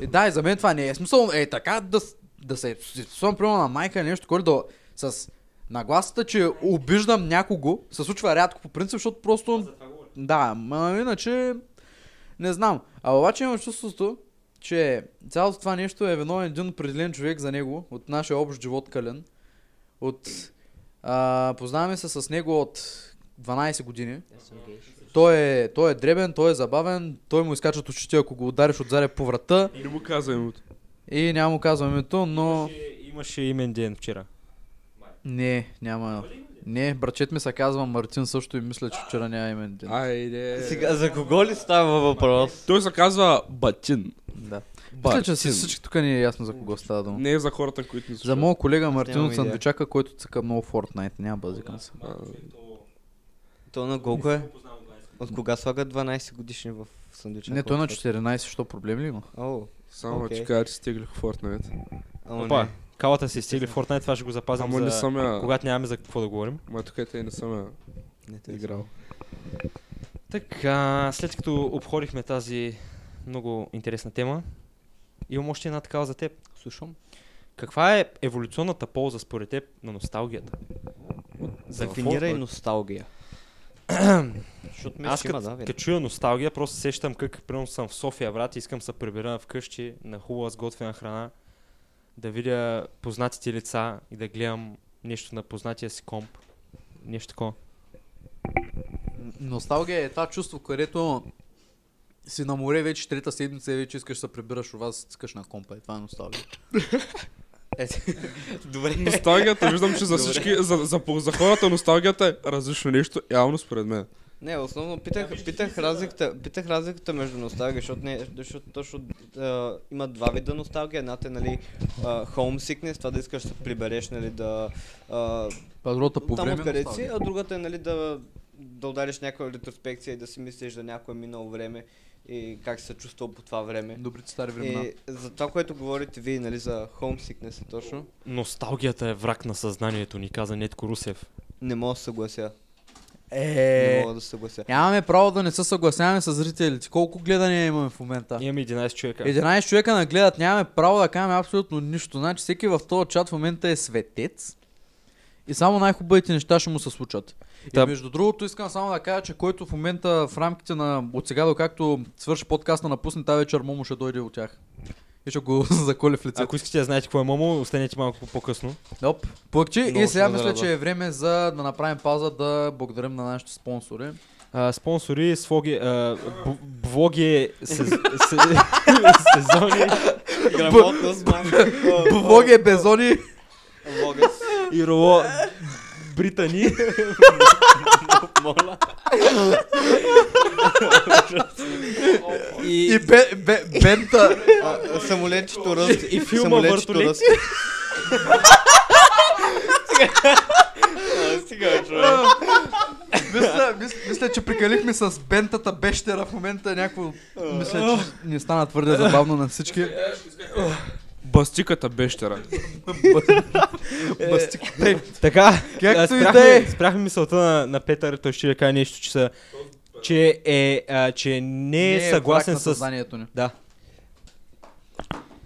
A: Е, да, и за мен това не е смисъл. Е, така да, с- да се псувам прямо на майка или нещо, което да... С нагласата, че обиждам някого, се случва рядко по принцип, защото просто... Да, ма, иначе... Не знам. А обаче имам чувството, че цялото това нещо е виновен един определен човек за него, от нашия общ живот Кален. От... А, познаваме се с него от 12 години. Той е, той е дребен, той е забавен, той му изкачат очите, ако го удариш отзаде по врата.
C: Не му каза името.
A: И няма му казвам името, но...
B: Имаше- Имаше имен ден вчера.
A: Не, няма. Не, брачет ми се казва Мартин също и мисля, че вчера няма имен ден.
C: Айде.
D: Сега, за кого ли става въпрос?
C: Той се казва Батин.
A: Да. Мисля, че
C: Батин.
A: с всички тук ни е ясно за кого става дума.
C: Не е за хората, които не слушат.
A: За моят колега Мартин
D: нямам
A: от
D: идея.
A: Сандвичака, който цъка много Fortnite, няма базикам се.
C: А,
D: То на колко е? От кога слагат 12 годишни в сандвича?
A: Не, той на 14, що проблем ли има?
D: Оу,
C: Само
D: Окей.
C: ти кажа, че стиглих Fortnite.
D: ама
B: Опа,
D: не.
B: калата си стили Fortnite, това ще го запазим
C: Ама не
B: за...
C: съм я...
B: Когато нямаме за какво да говорим.
C: Ма тук е те не съм я
D: Не, е те
C: играл.
B: Така, след като обходихме тази много интересна тема, имам още една такава за теб.
D: Слушам.
B: Каква е еволюционната полза според теб на носталгията? За
D: Дефинирай
B: какво?
D: носталгия. Защото
B: Аз
D: мисля, има, да,
B: като
D: верно.
B: кът чуя носталгия, просто се сещам как примерно съм в София, брат, и искам да се прибера вкъщи на хубава сготвена храна, да видя познатите лица и да гледам нещо на познатия си комп. Нещо такова.
A: Носталгия е това чувство, където си на море вече трета седмица и вече искаш да се прибираш у вас, цъкаш на компа. Е, това е носталгия.
D: Добре.
C: Носталгията, виждам, че за
D: Добре.
C: всички, за, за, за хората носталгията е различно нещо, явно според мен.
D: Не, основно питах, питах, разликата, питах разликата между носталгия, защото, не, защото точно а, има два вида носталгия. Едната е, нали, а, homesickness, това да искаш да се прибереш, нали, да... А,
A: Падрота по
D: там
A: време е
D: откъде си,
A: носталгия.
D: а другата е, нали, да, да удариш някаква ретроспекция и да си мислиш за някое минало време и как си се чувствал по това време.
A: Добрите стари времена.
D: И за това, което говорите вие, нали, за homesickness е точно,
B: Носталгията е враг на съзнанието, ни каза Нетко Русев.
D: не мога да се съглася. Не
A: Е,
D: мога да се съглася.
A: нямаме право да не се съгласяваме с зрителите. Колко гледания имаме в момента?
B: Имаме 11 човека.
A: 11 човека нагледат, нямаме право да кажем абсолютно нищо. Значи всеки в този чат в момента е светец. И само най-хубавите неща ще му се случат. И
B: Та-
A: между другото искам само да кажа, че който в момента в рамките на от сега до както свърши подкаста напусне, тази вечер Момо ще дойде от тях. И ще го заколи в лицето.
B: Ако искате да знаете какво е Момо, останете малко по-късно.
A: Оп, плъкче. И
D: Много
A: сега
D: сме
A: мисля,
D: зарадва.
A: че е време за да направим пауза да благодарим на нашите спонсори.
B: А, спонсори, своги, а, б- влоги, сез, се, сезони
D: Грамотност, мамка.
A: Боги е безони.
D: Логас.
B: и роло Британи.
D: Моля.
A: И бе, бе, бента.
D: А, Самолетчето ръст и
B: филма
D: самолетчето
B: Въртолет.
D: ръст. А, Стига, човек.
A: мисля, мисля, мисля, че прикалихме с бентата бещера в момента някакво. Мисля, че ни стана твърде забавно на всички.
C: Бастиката бещера.
A: Бастик. Тъй,
B: Така,
A: Както
B: а,
A: и
B: спряхме,
A: да е.
B: спряхме мисълта на, на Петър, той ще да каже нещо, че, са, че, е, а, че не е
A: враг
B: съгласен
A: на
B: с...
A: съзнанието ни.
B: Да.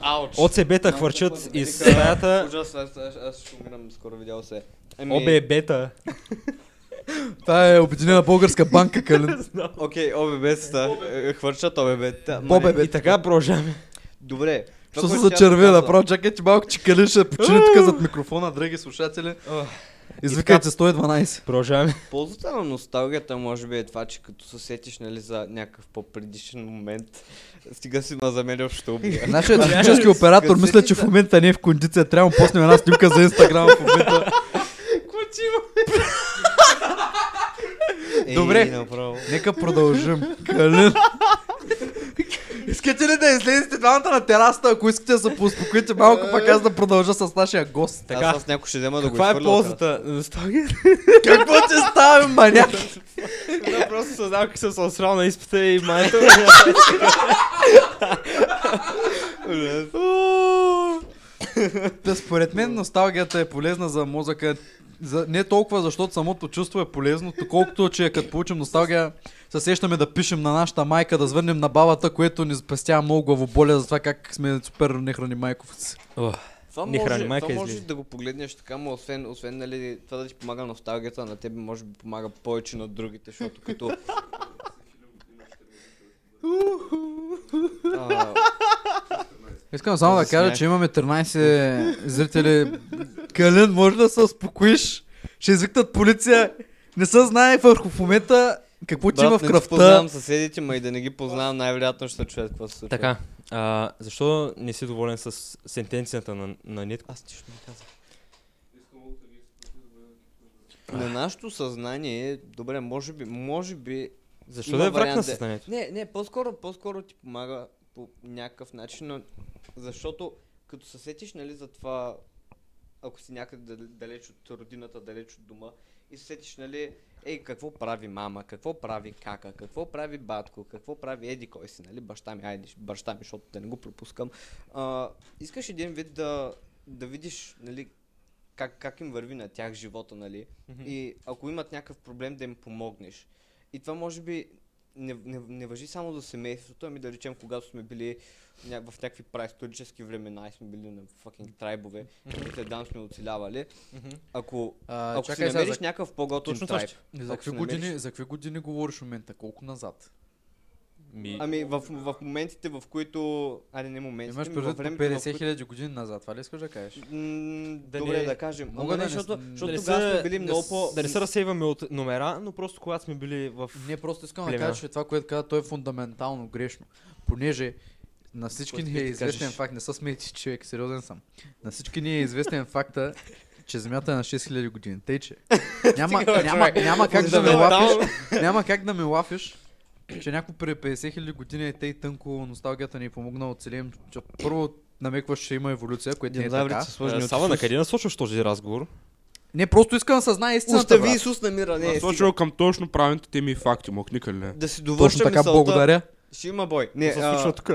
D: Ауч.
B: ОЦБ-та хвърчат из стаята,
D: Ужасно, аз- аз- аз ще умирам, скоро видял се. Ами,
B: ОББ-та.
A: Та е Обединена българска банка, Калин.
D: Окей, ОББ-та. е, Хвърчат ОББ-та. ма не-
A: Бобе, бе.
B: И така продължаваме.
D: Добре.
A: Що се
D: което тя
A: зачервя,
D: каза-
A: направо чакай, че малко чекали ще почини тук зад микрофона, драги слушатели. Извикайте 112.
B: Продължаваме.
D: Ползата на носталгията може би е това, че като се сетиш нали, за някакъв по-предишен момент, стига си на заменял, ще убия.
A: Нашият технически оператор мисля, че в момента не е в кондиция. Трябва да му пуснем една снимка за Инстаграм в момента.
D: Ей,
A: Добре.
D: Направо.
A: Нека продължим. Калин. Искате ли да излезете двамата на терасата, ако искате да се поуспокоите малко, пък аз да продължа с нашия гост?
D: Така. Аз с някой ще взема да го
B: Каква е
D: изхвърля от тази.
B: ползата? Носталгия?
A: Какво ще ставим, маняк?
B: Да, просто съзнавам как съм се осрал на изпита и майната.
A: Та според мен носталгията е полезна за мозъка. За, не толкова, защото самото чувство е полезно, колкото че като получим носталгия, се сещаме да пишем на нашата майка, да звънем на бабата, което ни спестява много главоболя за това как сме супер нехрани майков си.
D: Това
B: Не
D: може,
B: храни, майка
D: това може
B: излиза.
D: да го погледнеш така, но освен, освен нали, това да ти помага носталгията, на тебе може би помага повече на другите, защото като... А,
A: Искам само да
D: Този
A: кажа,
D: смях.
A: че имаме 13 зрители. Калин, може да се успокоиш? Ще извикнат полиция. Не се знае върху в момента какво ти има
D: брат,
A: в
D: не ти
A: кръвта.
D: познавам съседите, ма и да не ги познавам, най-вероятно ще се чуят какво се случва.
B: Така, а, защо не си доволен с сентенцията на, на Нитко?
D: Аз нищо не казах. На нашето съзнание, е, добре, може би, може би...
B: Защо
D: има
B: да е враг
D: вариант
B: на
D: да-
B: съзнанието?
D: Не, не, по-скоро, по-скоро ти помага по някакъв начин, но... защото като се сетиш, нали, за това, ако си някъде дал- далеч от родината, далеч от дома, и се сетиш, нали, ей, какво прави мама, какво прави кака, какво прави батко, какво прави еди кой си, нали, баща ми, айде, баща ми, защото да не го пропускам. А, искаш един вид да, да видиш, нали, как, как им върви на тях живота, нали, и ако имат някакъв проблем, да им помогнеш. И това може би не, не, не въжи само за семейството, ами да речем, когато сме били ня- в някакви праисторически времена и сме били на факинг трайбове, mm-hmm. там сме оцелявали. Ако,
A: А,
D: ако си намериш някакъв по-готин
B: Точно това
D: трайб,
A: за,
D: ако
A: какви
D: си намериш- Е,
A: години, за какви години говориш в момента? Колко назад?
B: Ми,
D: Ами в, в моментите, в които... Айде не моментите,
A: Имаш
D: ами
A: предвид
D: във
A: по
D: времето,
A: 50
D: в които...
A: хиляди години назад, това ли искаш да кажеш?
D: М,
B: Да
D: Добре,
B: не-
D: да кажем.
A: мога да
D: Ама не,
A: не с-
D: защото,
A: да не
D: защото тогава сме били много по...
B: Да не се разсейваме от номера, но просто когато сме били в...
A: Не, просто искам да
B: Племена.
A: кажа, че това, което каза, той е фундаментално грешно. Понеже на всички
B: Което
A: ни е
B: ти
A: известен
B: кажеш.
A: факт, не се смейте, човек, сериозен съм. На всички ни е известен факта, че Земята е на 6000 години. Тъй, че няма,
D: Стига, бе,
A: няма,
D: човек.
A: няма, как да ме
D: Фундаментално.
A: лафиш, няма как да ме лафиш, че някой при 50 000 години е тъй тънко, носталгията ни е помогнала от целим. Първо намекваш, че има еволюция, което не е така.
D: Динозаврите са сложени
B: Е,
D: от
B: Сава, на
D: Исус.
B: къде насочваш този разговор?
A: Не, просто искам да съзнае истината,
D: Остави
A: брат.
D: Исус намира, не е
C: Насочил към точно правилните теми и факти, мокника ли не? е.
D: Да си
A: Точно
D: довърша
A: така,
D: мисълта.
A: благодаря.
D: Ще има бой. Не,
B: се
D: а,
B: случва тук.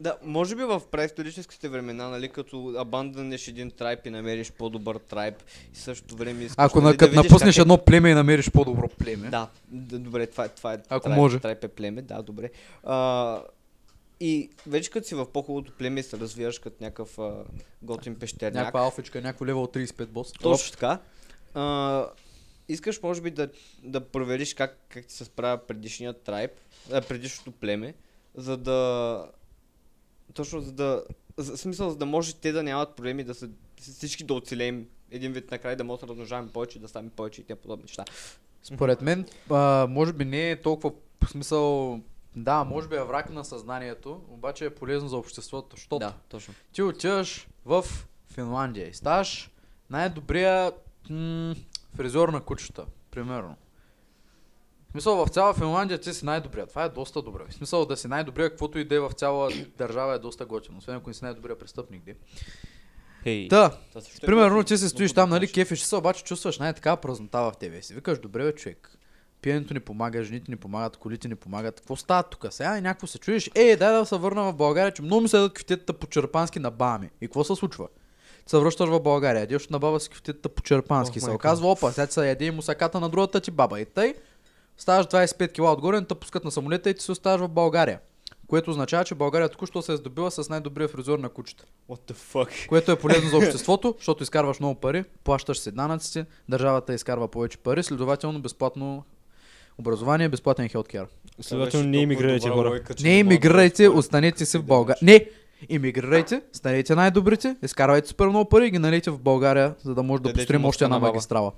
D: да, може би в преисторическите времена, нали, като абанданеш един трайп и намериш по-добър трайп и същото време искаш,
A: Ако
D: нали,
A: на, като
D: видиш
A: напуснеш
D: как е-
A: едно племе и намериш по-добро племе.
D: Да, д- добре, това, е- това е
A: Ако
D: трайп,
A: може.
D: трайп е племе, да, добре. А, и вече като си в по-хубавото племе и се развиваш като някакъв а, готин пещерняк,
A: Някаква алфичка, някакво лево от 35 бос.
D: Точно така. А, искаш, може би, да, да провериш как, как ти се справя предишният трайб, а, предишното племе, за да. Точно за да. За, в смисъл, за да може те да нямат проблеми, да са с- всички да оцелеем един вид накрай да може да размножаваме повече, да ставаме повече и те подобни неща.
A: Според мен, а, може би не е толкова в смисъл. Да, може би е враг на съзнанието, обаче е полезно за обществото, защото
E: Да, точно.
A: ти отиваш в Финландия и ставаш най-добрия м- фризьор на кучета, примерно. В смисъл в цяла Финландия ти си най-добрия. Това е доста добре. В смисъл да си най-добрия, каквото и да е в цяла държава е доста готино. Освен ако не си най-добрия престъпник. Де.
B: Хей.
A: Та,
E: Това също е
A: Примерно
E: готино,
A: ти се
E: но
A: стоиш
E: пък
A: там, нали,
E: знаеш.
A: кефиш се, обаче чувстваш най-такава празнота в тебе. и Си викаш, добре, бе, човек. Пиенето ни помага, жените ни помагат, колите ни помагат. Какво става тук? Сега и някакво се чуеш. Е, дай да се върна в България, че много ми седат кюфтетата по черпански на баба ми. И какво се случва? Се връщаш в България, деш на баба си кюфтетата по черпански.
B: Ох,
A: се
B: майка.
A: оказва, опа, сега ти се яде и мусаката на другата ти баба. И тъй, ставаш 25 кила отгоре, не те пускат на самолета и ти се оставаш в България. Което означава, че България току-що се е здобила с най-добрия фризьор на кучета
D: What the fuck?
A: което е полезно за обществото, защото изкарваш много пари, плащаш си данъците, държавата изкарва повече пари, следователно безплатно образование, безплатен хелткер.
B: Следователно не им играйте хора.
D: Значи
A: Не емигрирайте, останете си в България. Не, емигрирайте, станете най-добрите, изкарвайте супер много пари и ги налейте в България, за да може да
D: Дадете
A: построим
D: мъжка
A: още една
D: на баба.
A: магистрала.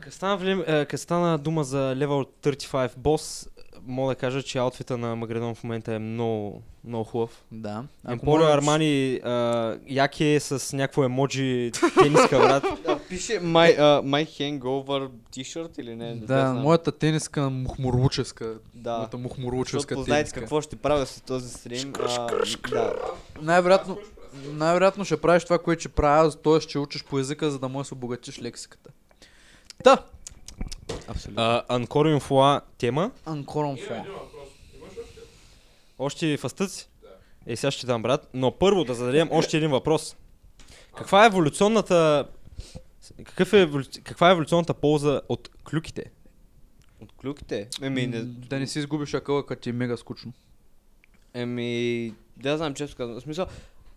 B: Къде стана, влим- е, къде стана дума за Level 35 бос, мога да кажа, че аутфита на Магредон в момента е много, много хубав.
A: Да.
B: Емпорио Армани а, яки е с някакво емоджи тениска, брат.
D: Да, пише my, uh, my hangover t-shirt или не? не
A: Да,
D: знам.
A: моята тениска мухмурлуческа.
D: е Да.
A: Моята
D: Защото
A: мухмурлуческа
D: познаете
A: тениска.
D: какво ще правя с този стрим. а, да.
A: Най-вероятно, най-вероятно ще правиш това, което ще правя, т.е. ще учиш по езика, за да можеш да се обогатиш лексиката. Та,
E: Абсолютно.
B: А, Анкоро инфуа тема.
A: Анкорон фон.
B: Още фастъци? Е, сега ще дам, брат. Но първо да зададем още един въпрос. Каква е еволюционната... Какъв е, еволю- каква е еволюционната полза от клюките?
D: От клюките? Еми, Ами, не,
A: Да не си изгубиш акъла, като ти е мега скучно.
D: Еми, да знам, често казвам. В смисъл,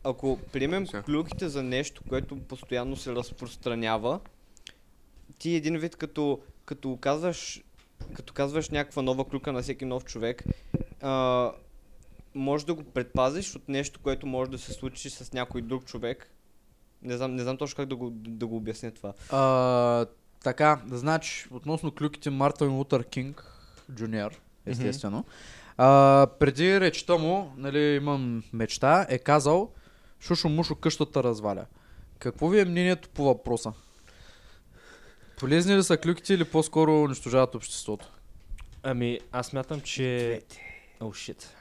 D: ако приемем
C: Сега.
D: клюките за нещо, което постоянно се разпространява, ти един вид като, като казваш като казваш някаква нова клюка на всеки нов човек, а, може да го предпазиш от нещо, което може да се случи с някой друг човек. Не знам, не знам точно как да го, да го обясня това.
A: А, така, значи, относно клюките Мартин Лутър Кинг, джуниор, естествено. А, преди речта му, нали, имам мечта, е казал, Шушо Мушо къщата разваля. Какво ви е мнението по въпроса? Полезни ли са клюките или по-скоро унищожават обществото?
B: Ами, аз мятам, че... О, шит.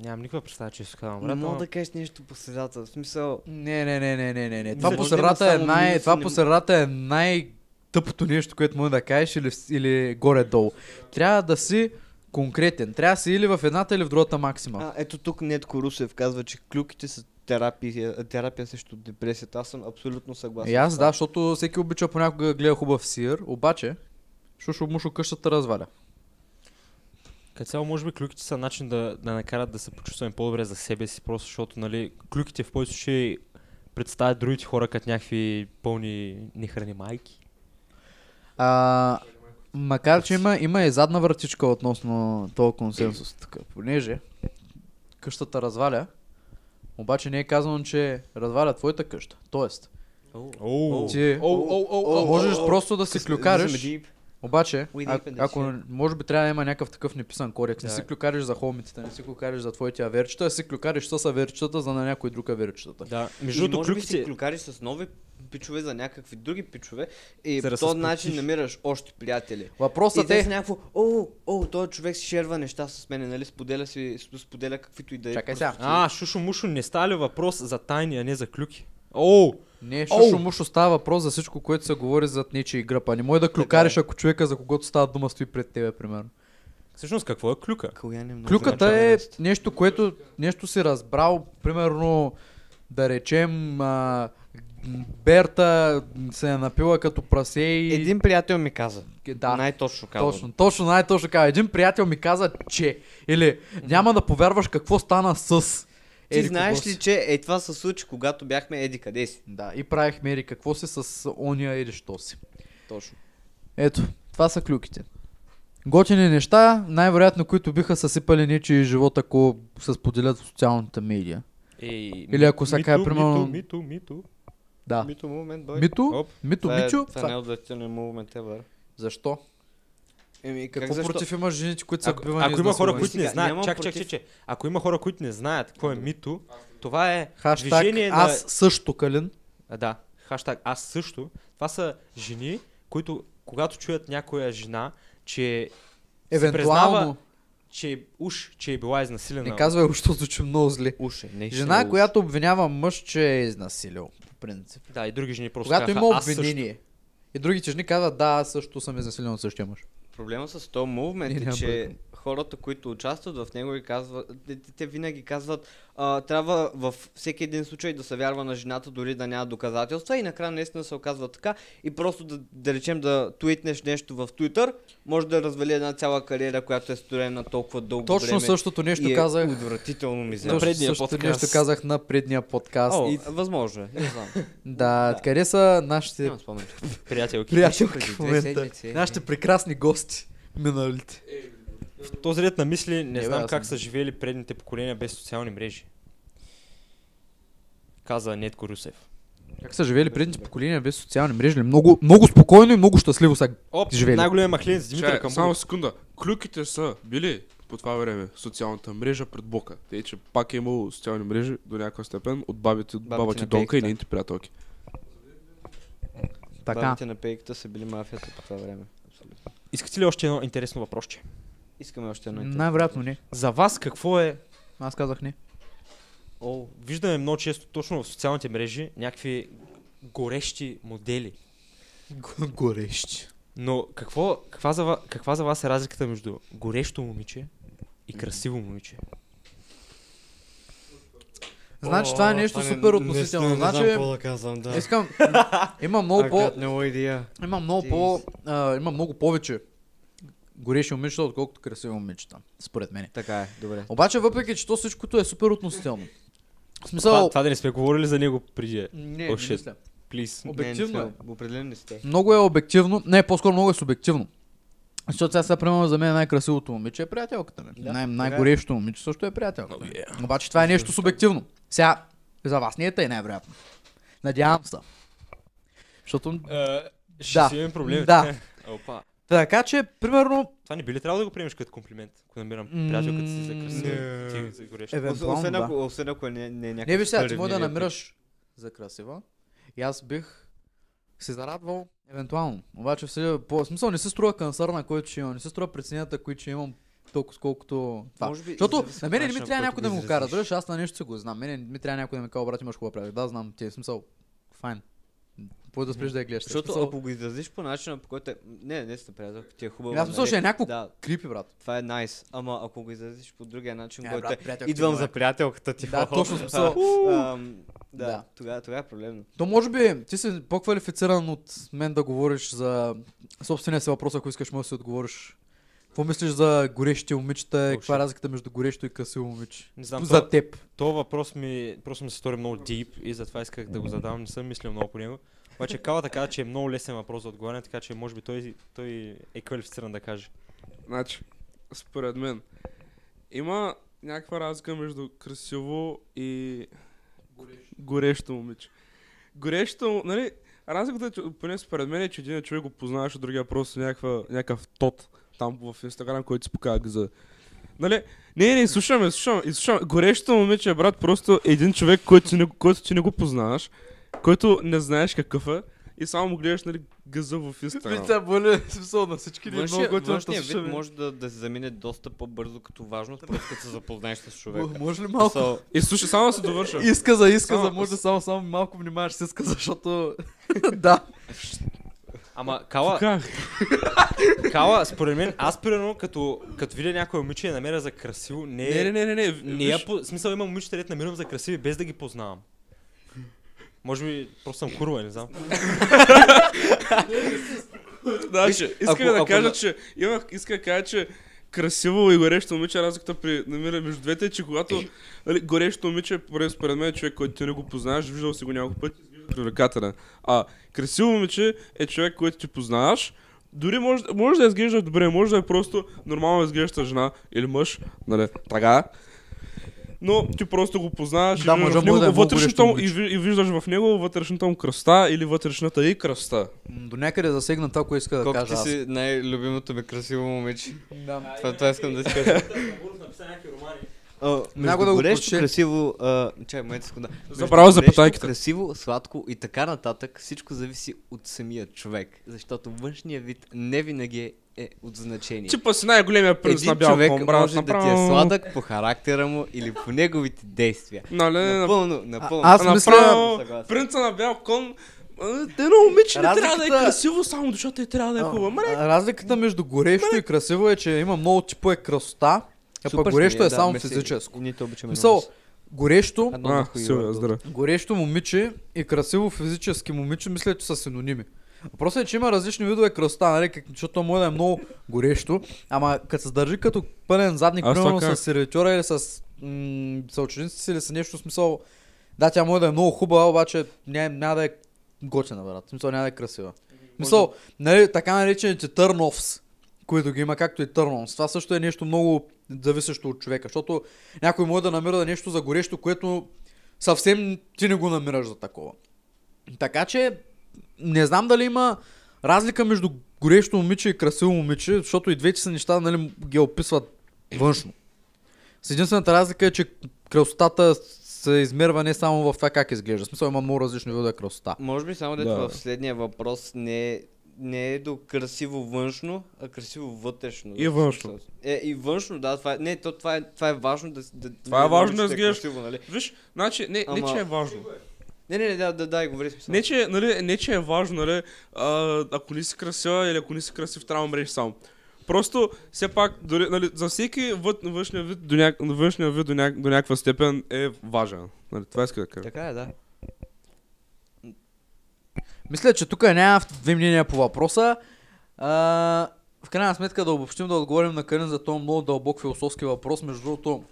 B: Нямам никаква представа, че се казвам, брат. ама-
D: кажеш нещо по средата. В смисъл,
A: Не, не, не, не, не, не, не.
D: Мисля,
A: Това
D: че
A: по
D: има
A: средата е
D: само
A: най...
D: минуси,
A: Това
D: не
A: по
D: м-
A: средата е най... Тъпото нещо, което може да кажеш или, в- или горе-долу. Трябва да си конкретен. Трябва да си или в едната, или в другата максима.
D: А, ето тук Нетко Русев казва, че клюките са терапия, терапия срещу депресията. Аз съм абсолютно съгласен.
A: И аз
D: с
A: да,
D: това.
A: защото всеки обича понякога да гледа хубав сир, обаче шушо мушо къщата разваля.
B: Като цяло, може би клюките са начин да, да накарат да се почувстваме по-добре за себе си, просто защото, нали, клюките в повече случаи представят другите хора като някакви пълни нехрани майки.
A: А, макар, че има, има и задна вратичка относно този консенсус. Така, понеже къщата разваля, обаче не е казано, че разваля твоята къща. Тоест,
B: Оу.
A: ти можеш просто да си клюкариш. Обаче,
D: We
A: а,
D: deep in this
A: ако може би трябва да има някакъв такъв неписан кодекс. Не
B: Да.
A: си клюкариш за холмиците, не си клюкариш за твоите аверчета, а си клюкариш с аверчетата за на някой друг е аверчетата.
B: Да, между
D: Между
B: другото,
D: може би си
B: клюките...
D: клюкариш с нови пичове за някакви други пичове и
B: За да
D: по
B: се
D: този
B: сплотиш.
D: начин намираш още приятели. и
A: Въпросът
D: те с
A: е...
D: някакво, о, о, този човек си шерва неща с мене, нали, споделя си, споделя каквито и да е.
A: Чакай
D: просто-
A: сега.
B: А, шушо мушо, не става ли въпрос за тайни, а не за клюки? Оу!
A: Не,
B: Оу!
A: шушо мушо става въпрос за всичко, което се говори зад нечи гръб. А не
B: Е,
A: може да клюкариш, ако човека, за когото става дума, стои пред тебе, примерно.
B: Всъщност, какво е клюка?
D: Калуян е много
A: Клюката
D: начален
A: е
D: аст.
A: нещо, което нещо си разбрал, примерно, да речем, а, Берта се е напила като прасе и...
D: Един приятел ми каза.
A: Да.
D: Най-точно каза.
A: Точно, точно, най-точно така. Един приятел ми каза, че. Или няма да повярваш какво стана с.
D: Ти
A: еди
D: знаеш
A: кого
D: ли,
A: си.
D: че е това се случи, когато бяхме еди къде си?
A: Да, и правихме ери какво си с ония или що си.
D: Точно.
A: Ето, това са клюките. Готини неща, най-вероятно, които биха съсипали нечи живот, ако се споделят в социалната медия.
B: Ей,
A: Или ако са кая, примерно-
B: Мито, мито, мито.
A: Да.
D: Мито момент, бой.
A: Мито,
B: Оп.
A: Мито
D: Това е-
A: Мичо,
D: Това не е отвратителен момент, ever.
A: защо?
D: Еми,
A: Какво против има жените, които са
B: Ако,
A: бивани
B: ако има хора,
A: изнасилвани?
B: които не
D: Сега,
B: знаят,
D: нямам
B: чак, чак,
D: против.
B: чак, чак, ако има хора, които не знаят какво е мито, това е
A: Хаштаг
B: движение на
A: аз също, Калин.
B: А, Да, хаштаг аз също. Това са жени, които когато чуят някоя жена, че
A: Евентуално,
B: че уж, че е била изнасилена.
A: не казвай, защото звучи много зле.
D: Уше, не
A: Жена, която обвинява мъж, че е изнасилил, по принцип.
B: Да, и други жени просто
A: Когато
B: казаха,
A: има
B: аз също.
A: обвинение. И другите жени казват, да, аз също съм изнасилен от същия мъж.
D: Проблема с този мувмент
A: Не,
D: е,
A: няма
D: че
A: проблем.
D: хората, които участват в него и казват, те, те- те винаги казват, а, трябва във всеки един случай да се вярва на жената, дори да няма доказателства и накрая наистина се оказва така и просто да, да речем да твитнеш нещо в Twitter, може да развали една цяла кариера, която е строена толкова дълго време.
A: Точно същото нещо
D: и е
A: казах.
D: Отвратително ми
A: Точно
D: взема.
B: предния
A: същото
B: подкаст.
A: нещо казах на предния подкаст.
B: О,
A: И-
D: И... Възможно е, не знам.
A: да, къде са нашите
D: Нямам спомен.
B: Приятелки.
A: приятелки
D: Преди
A: в
D: две
A: момента?
D: седмици.
A: Нашите прекрасни гости, миналите.
B: В този ред на мисли не
A: Не, бе,
B: знам
A: аз
B: как
A: съм-
B: са живели предните поколения без социални мрежи. Каза Нетко Русев.
A: Как са живели предните поколения без социални мрежи? ли? Много, много спокойно и много щастливо са
B: Оп,
A: Живели.
B: най-големия махлин с Димитър
C: Чай, само
B: Камбуров.
C: секунда. Клюките са били по това време социалната мрежа пред Бока. Тъй, че пак е имало социални мрежи до някаква степен от бабите, баба ти
D: на
C: Донка и
D: пейката.
C: нейните приятелки.
A: така.
D: Бабите на пейката са били мафията по това време. Абсолютно.
B: Искате ли още едно интересно въпросче?
D: Искаме още едно интервю.
A: Най-вероятно не.
B: За вас какво е
A: Аз казах не.
B: О, виждаме много често точно в социалните мрежи някакви горещи модели.
A: Горещи.
B: Но какво, каква, за, ва- каква за вас е разликата между горещо момиче и красиво момиче?
A: Значи това е нещо супер относително. Значи
D: да казвам, да.
A: искам... Има много по...
D: no idea.
A: Има много по... а, Има много повече горещи момичета, отколкото красиви момичета. Според мен.
D: Така е, добре.
A: Обаче, въпреки, че то всичкото е супер относително. В
B: Това,
A: смисъл...
B: това да не сме говорили за него преди. е,
A: Не,
B: О,
A: не
B: shit.
A: мисля.
B: Плиз.
A: Обективно е.
D: Определен не сте.
A: Много е обективно. Не, по-скоро много е субективно. Защото сега, сега примерно, за мен най-красивото момиче е приятелката ми.
D: Да,
A: Най-
D: така е.
A: най-горещото момиче също е приятелката ми. Обаче това е нещо субективно. Сега, за вас не е тъй най-вероятно. Надявам се. Защото...
B: Е, Ще
A: Да.
B: си имаме проблеми.
A: Да.
B: Опа.
A: Така че, примерно,
B: Това не би ли трябва да го приемеш като комплимент, ако намирам
A: М,
B: приятелката си за красива,
D: не.
B: ти за гореща?
A: евентуално,
D: освен,
A: да.
D: ако, освен ако не, не е някакъв
A: Не, виж сега, ти
D: първи
A: може да
D: или-
A: намираш за красива. И аз бих се зарадвал, евентуално. Обаче в сега, по смисъл не се струва кансърна, който ще имам, не се струва преценята, които ще имам толкова сколкото това.
D: Може би
A: Защото
D: зависи
A: на мен не
B: начина,
A: ми
B: по
A: трябва
B: който
A: някой
B: го
A: да ми го
B: изразиш.
A: кара, разбираш, аз на нещо си го знам. Мене не ми трябва някой да ми каже, брат, имаш хубава правил. Да, знам, ти е в смисъл. Файн. Пой да спреш да я гледаш. Е
D: Защото
A: Смисъл,
D: ако го изразиш по начина, по който е... Не, не сте приятелка, ти е хубаво.
A: Аз мисля, че е някакво-
D: Да,
A: Крипи, брат.
D: това е найс. Ама ако го изразиш по другия начин,
A: Е,
D: който
A: брат,
D: е...
A: приятелката
D: Идвам
A: ми е
D: за
A: лайк.
D: приятелката ти.
A: Да,
D: хо-хо.
A: точно смисъл.
D: Ам, Да,
A: Да.
D: тогава тогава е проблемно.
A: То може би ти си по-квалифициран от мен да говориш за собствения си въпрос, ако искаш, може да си отговориш. Какво мислиш за горещите момичета?
B: О,
A: и Каква е
B: shit.
A: разликата между горещо и красиво момиче?
B: Не знам,
A: за
B: това,
A: теб.
B: това въпрос ми просто ми се стори много дип и затова исках да го задам, не съм мислил много по него. Обаче Кала така, че е много лесен въпрос за отговаряне, така че може би той, той е квалифициран да каже.
C: Значи, според мен, има някаква разлика между красиво и горещо, момиче. Горещо, нали, разликата, е, че, поне според мен е, че един човек го познаваш, а другия просто някаква, някакъв тот там в Инстаграм, който си показва за... Нали? Не, не, слушаме, слушаме, и слушаме. Горещо момиче, брат, просто един човек, който ти не, го- който ти не го познаваш, който не знаеш какъв е, и само му гледаш, нали, газа в Инстаграм.
A: боли смисъл на всички е
D: Външния, външния вид може да, да се замине доста по-бързо като важност, просто като се запознаеш с човека.
A: Може ли малко?
D: Мисъл,
C: И слушай, само да се довърша.
A: Иска за иска за
C: Само-
A: може да само, само малко внимаваш с иска, защото... да.
B: Ама Кала, Кала, според мен, аз примерно, като, като видя някоя момиче и я намеря за красиво, не,
D: Е,
C: Не, не, не, не, не.
B: не
C: виж,
B: я по... смисъл има момичета, дето намирам за красиви, без да ги познавам. Може би просто съм курва, не знам.
C: Значи,
D: ако-
C: искам да
D: ако
C: кажа,
D: на-
C: че имах, иска да кажа, че красиво и горещо момиче, разликата при намира между двете е, че когато нали, горещо момиче, поне според мен е човек, който ти не го познаваш, виждал си го няколко пъти, изглежда привлекателен. А красиво момиче е човек, който ти познаваш, дори може, може да изглежда добре, може да е просто нормално изглеждаща жена или мъж, нали, така. но ти просто го познаваш
A: Да,
C: и, виждаш
A: мъжът
C: в него,
A: може да е много
C: вътрешната му, и,
A: горещо
C: ви- и, виждаш в него вътрешната му кръста или вътрешната и кръста.
A: М, До някъде засегна това, което иска да
D: Колко
A: кажа
D: ти
A: аз.
D: си най-любимото ми красиво момиче.
A: Да.
D: Това, това искам да ти кажа. А,
A: Някой
D: Между
A: да го
D: горещо,
A: прочете.
D: красиво, а, чай, момент секунда. Между
C: Забравя
D: горещо,
C: запетайката.
D: Красиво, сладко и така нататък, всичко зависи от самия човек. Защото външния вид не винаги е от значение.
C: Типа си най-големия принц на
D: Един
C: бял
D: човек
C: кон, брат,
D: може да ти е
C: направо.
D: сладък по характера му или по неговите действия.
C: Нали, направо-
D: Напълно, напълно.
A: аз
D: съм
A: мисля-
D: напълно
C: направо
D: съгласен.
C: принца на бял кон. а, Те едно момиче не трябва да е
A: Разликата-
C: красиво, само защото е трябва да е хубава. Мре,
A: Разликата межу горещо и красиво е, че има много типове красота, а
D: Супер
A: пък
D: сме,
A: горещо е
D: да,
A: само
D: мерси.
A: физическо.
D: Нито обичаме
A: Мисъл,
D: много.
A: горещо,
D: Едно
C: А,
D: нахуй,
C: Силвия,
D: брат.
C: здраве.
A: горещо момиче и красиво физически момиче, мисля, че са синоними. Въпросът е, че има различни видове кръста, нали, как- защото то може да е много горещо, ама като се държи като пълен задник,
C: Аз това
A: примерно
C: как?
A: с сервитьора или с м- съучениците си или с нещо в смисъл, да, тя може да е много хубава, обаче ня- няма да е готина, брат. В Смисъл, няма да е красива. Мисъл, нали, така наречените търновс, които ги има, както и търновс. Това също е нещо много зависещо от човека, защото някой може да намира нещо за горещо, което съвсем ти не го намираш за такова. Така че не знам дали има разлика между горещо момиче и красиво момиче, защото и двете са неща, нали, ги описват външно. С единствената разлика е, че красотата се измерва не само в това как изглежда. В смисъл има много различни видове красота.
D: Може би само дето
C: Да.
D: в следния въпрос не е, не е до красиво външно, а красиво вътрешно.
C: И външно.
D: Е, и външно, да, това е, не, то, това, е, това е важно да... с- да
C: Това е
D: да
C: важно да
D: изглежда
C: изглеждаш.
D: красиво, нали?
C: Виж, значи, не, не,
D: Ама-
C: че е важно.
D: Не, не, не, да, да, да, говори смисъл.
C: Не че, нали, не, че е важно, нали, а, ако не си красива или ако не си красив, трябва да мреш сам. Просто, все пак, дори, нали, за всеки въд, външния вид, до, няк, външния вид до, няк, до някаква степен е важен. Нали, това иска да кажа.
D: Така е, да.
A: Мисля, че тук няма две мнения по въпроса. А, в крайна сметка да обобщим, да отговорим на Карин за този много дълбок философски въпрос. Между другото,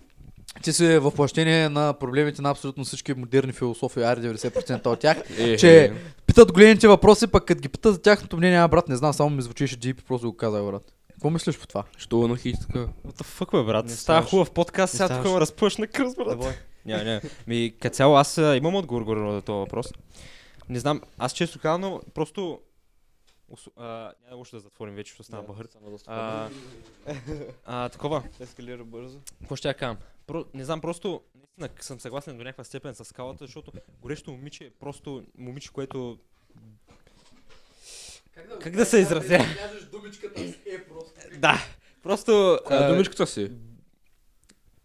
A: ти си е въплъщение на проблемите на абсолютно всички модерни философи, ари 90% от тях,
D: Е,
A: че питат големите въпроси, пък като ги питат за тяхното мнение, а брат, не знам, само ми звучеше джип, просто го казах, брат. Какво мислиш по това?
C: Що на хич така?
B: What the fuck, бе, брат?
D: Не
B: Става
D: ставаш.
B: хубав подкаст,
D: Не
B: сега
D: ставаш.
B: тук ме разпъш на кръст, брат.
D: Давай.
B: Не, не. Ми, като цяло, аз а, имам отговор горе на този въпрос. Не знам, аз често казано, просто... осо- а, Няма да го ще да затворим вече, защото стана бъхър.
D: Само да спомня.
B: А, а, такова.
D: Ескалира бързо.
B: Какво ще я кажа? Про, не знам, просто наистина к- съм съгласен до някаква степен с скалата, защото горещо момиче е просто момиче, което... Как да се изразя? Е Да, просто...
C: Коя
D: Е,
B: а,
C: думичката си?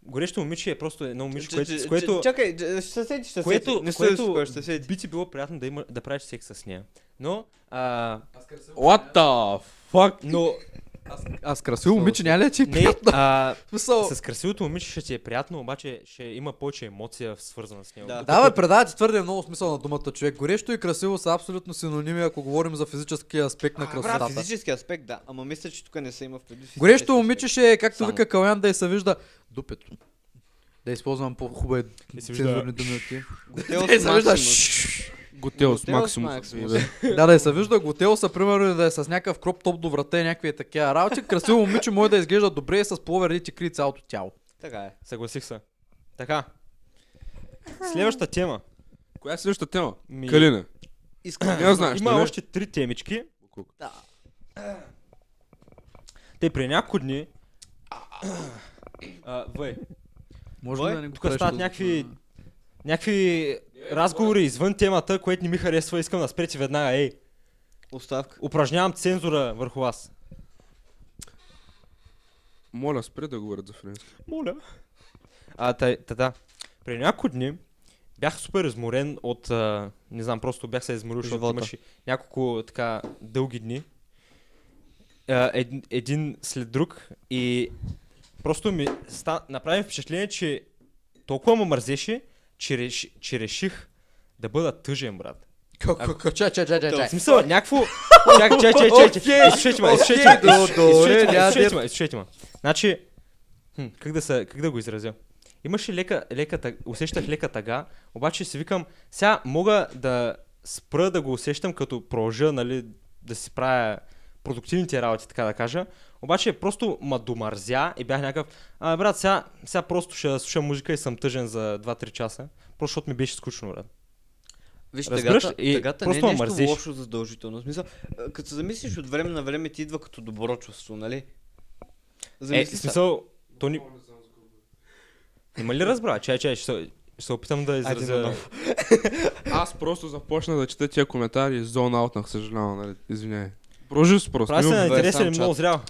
B: Горещо момиче е просто едно момиче,
D: Ч-
B: което,
D: ч-
B: с което,
D: Чакай, ч- ще се сети, ще се
B: което-
D: сети. Не се
B: което-
D: успокой, ще се сети.
B: би ти било приятно да, има, да правиш секс с нея. Но, а,
C: What the fuck?
B: но
A: Аз красиво момиче, няма ли да ти е
B: не,
A: приятно?
B: а,
A: В Смисъл,
B: с красивото момиче ще ти е приятно, обаче ще има повече емоция свързана с него.
D: Да.
A: Да, бе, предава ти твърде много смисъл на думата човек. Горещо и красиво са абсолютно синоними, ако говорим за физическия аспект на
D: А, брат,
A: красотата.
D: физически аспект, да, ама мисля, че тук не се има в предвид.
A: Горещо
D: физически
A: момиче ще е, както
D: Само.
A: вика Калян, да и се вижда дупето. Да използвам по-хубави
B: Да се вижда-
A: цензурни думи от тия.
D: аспект. Готел
A: Да и
D: с
A: се вижда...
D: максимум.
C: Готел с
D: Готел с
C: максимум.
D: Максимус.
C: Да.
A: Да, да и се вижда готел са, примерно, и да е с някакъв кроп топ до врата и някакви е такива работи. Красиво момиче може да изглежда добре и с половер и ти крие цялото тяло.
D: Така е.
B: Съгласих се. Така. Следващата тема.
C: Коя е следващата тема?
B: Ми-
C: Калина.
D: Искам
C: Не знаеш,
B: Има
C: нали?
B: още три темички.
D: Да.
B: Те при няколко дни... А, Вай,
A: Може ли
B: Кой?
A: да не го
B: Тук
A: правиш
B: стават
A: да-
B: някакви- някакви разговори извън темата, което не ми харесва, искам да спрете веднага. Ей,
D: Оставка.
B: упражнявам цензура върху вас.
C: Моля, спри да говорят за френски.
B: Моля. А, та, та, да. При няколко дни бях супер изморен от... А, не знам, просто бях се изморил, защото
D: Живота.
B: имаше няколко така дълги дни. А, ед, един след друг и просто ми ста, направи впечатление, че толкова ме мързеше, че, реш, че реших да бъда тъжен, брат.
A: Ка- ка- ка- Чай, чай, чай, чай, чай.
B: Е, В смисъл, някакво... Чакай, чай, чай, чай, чай. Изслушайте ме, изслушайте ме,
A: Окей, добре,
B: изслушайте ме, изслушайте ме,
A: няма
B: изслушайте ме, изслушайте ме. Значи, хм, как да, се, как да го изразя? Имаше лека, лека, тъг- усещах лека тъга, обаче си викам, сега мога да спра да го усещам, като продължа, нали, да си правя продуктивните работи, така да кажа. Обаче просто ма домързя и бях някакъв, а, брат, сега, сега просто ще слушам музика и съм тъжен за 2-3 часа. Просто защото ми беше скучно, брат.
D: Виж,
B: Разбираш
D: тъгата,
B: ли? И
D: тъгата не е
B: просто ме
D: нещо
B: мързиш.
D: лошо задължително. В Смисъл, а, като се замислиш от време на време ти идва като добро чувство, нали?
B: Е, в
D: Замисли се.
B: смисъл, то ни... Има ли разбра? Чай, чай, ще, се- ще се опитам да изразя...
D: наново.
C: Аз просто започна да чета тия коментари, зона аутнах, съжалявам, нали? Извиняй. Продължи с просто.
B: Прави се
C: имам-
B: на
A: е
D: Добре,
B: интересен
D: сам
B: и е, много зрял.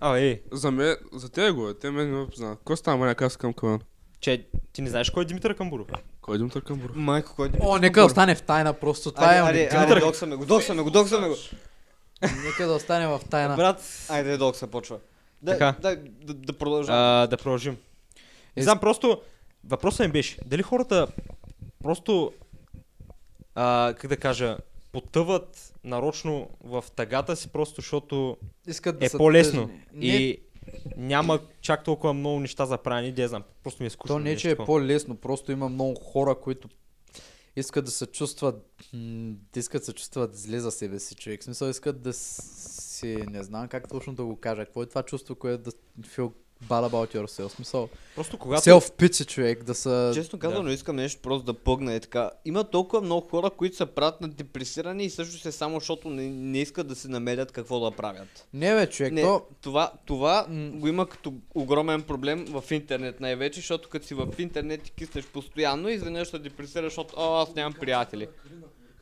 B: А, е, ей,
C: За мен, за те го е, те мен не ме познават. Кой става маняк, аз към Камен?
B: че ти не знаеш кой е Димитър Камбуров?
C: Кой идем към Бур?
D: Майко, кой
A: О, нека остане в тайна, просто това е.
D: Айде, айде, доксаме го, доксаме го, доксаме го.
A: Нека да остане в тайна.
B: Брат,
D: Айде, докса почва. Да,
B: Така.
D: да, да, да продължавам.
B: а, да продължим. Не знам, просто въпросът ми беше, дали хората просто, а, как да кажа, потъват нарочно в тъгата си, просто защото
A: Искат да
B: е
A: са
B: по-лесно.
A: тъжни. Не,
B: И няма чак толкова много неща за правене, да знам. Просто ми е скучно.
A: То не,
B: нещо
A: че е
B: такова.
A: по-лесно, просто има много хора, които искат да се чувстват, м, искат да се чувстват зле за себе си, човек. В смисъл искат да си, не знам как точно да го кажа, какво е това чувство, което да feel bad about yourself, В смисъл.
B: Просто когато...
A: Когато... Self pity, човек, да са...
D: Честно казано, искам нещо просто да пъгна е така. Има толкова много хора, които са правят на депресирани и също се само, защото не, не искат да се намерят какво да правят.
A: Не бе, човек,
D: Не,
A: то...
D: това, това
A: М.
D: го има като огромен проблем в интернет най-вече, защото като си в интернет ти киснеш постоянно и изведнъж се депресираш, защото О, аз нямам приятели.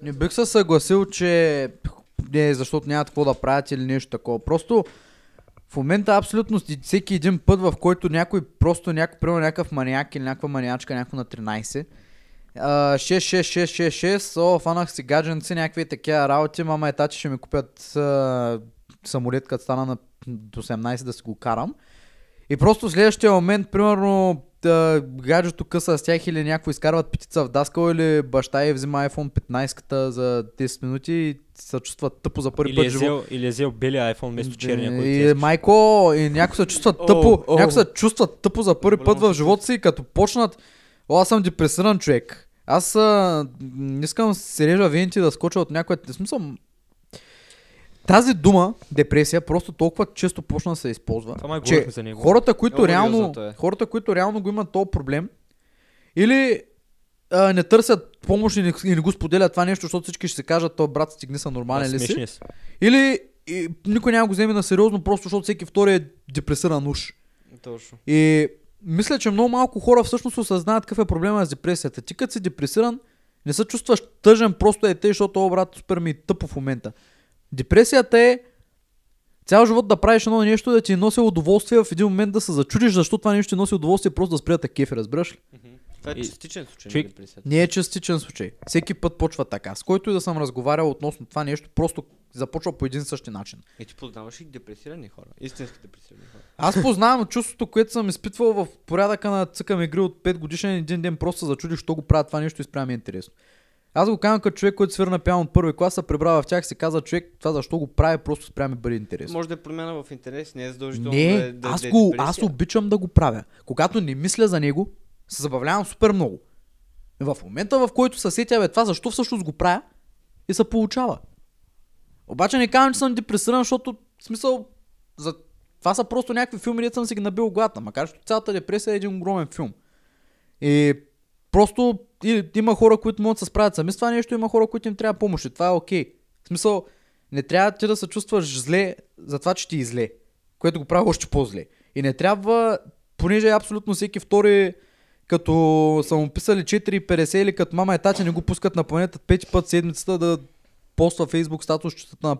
A: Не бих се съгласил, че не, защото нямат какво да правят или нещо такова. Просто в момента абсолютно с- всеки един път, в който някой просто някой, примерно някакъв маниак или някаква маниачка, някой на 13, а, 66666, о, фанах си гадженци, някакви такива работи, мама е тачи ще ми купят а, самолет, като стана на 18 да си го карам. И просто в следващия момент, примерно, да, гаджето къса с тях или някой изкарват петица в даскал или баща и взима iPhone 15-ката за 10 минути и се чувстват тъпо за първи
B: Или
A: път
B: е,
A: в живота.
B: взел, или е взел белия iPhone вместо черния,
A: Да,
B: който ти
A: И
B: е.
A: майко, и някои се чувстват
D: О,
A: тъпо,
D: о.
A: някои се чувстват тъпо за първи път в живота си, и като почнат, о, аз съм депресиран човек. Аз а, не искам да се режа вените да скоча от някоя... В смисъл, м, тази дума, депресия, просто толкова често почна да се използва,
B: Това май
A: че
B: говорихме за него.
A: хората, които,
D: Много
A: реално,
D: сериозно е.
A: хората, които реално го имат този проблем, или а, не търсят помощ и не, и не го споделят това нещо, защото всички ще се кажат, то брат, стигни са
B: Ма,
A: нормален ли нали си?
B: смешни са.
A: Или и, никой няма го вземе на сериозно, просто защото всеки втори е депресиран уж.
D: Точно.
A: И мисля, че много малко хора всъщност осъзнаят какъв е проблема с депресията. Ти като си депресиран, не се чувстваш тъжен, просто е тъй, защото о, брат, супер ми е тъпо в момента. Депресията е цял живот да правиш едно нещо, да ти носи удоволствие, в един момент да се зачудиш, защо това нещо ти носи удоволствие, просто да спре да кефи, разбираш ли?
D: Това е
B: И-
D: частичен случай
B: човек-
D: на депресията.
A: Не е частичен случай. Всеки път почва така. С който и да съм разговарял относно това нещо, просто започва по един и същи начин.
D: И ти познаваш и депресирани хора. Истински депресирани хора.
A: Аз познавам чувството, което съм изпитвал в порядъка на цъкам игри от 5 годишен един ден, просто се зачудих, що го правят това нещо и спрямо ми е интересно. Аз го казвам като човек, който свира на пиано от първи клас, се прибра в тях, се каза човек, това защо го прави, просто спрямо ми бъде интересно.
D: Може да е промяна в интерес, не е задължително
A: Не,
D: да е, да,
A: аз
D: да е
A: го,
D: депресия.
A: аз обичам да го правя. Когато не мисля за него, се забавлявам супер много. В момента, в който се сетя, бе, това защо всъщност го правя и се получава. Обаче не казвам, че съм депресиран, защото в смисъл, за... това са просто някакви филми, дето съм си ги набил в главата, макар че цялата депресия е един огромен филм. И просто и, има хора, които могат да се справят сами с това нещо, има хора, които им трябва помощ и това е окей. В смисъл, не трябва ти да се чувстваш зле за това, че ти е зле, което го прави още по-зле. И не трябва, понеже абсолютно всеки втори, като са му писали 4,50 или като мама е тача, не го пускат на планета пети път седмицата да поства фейсбук статус, че на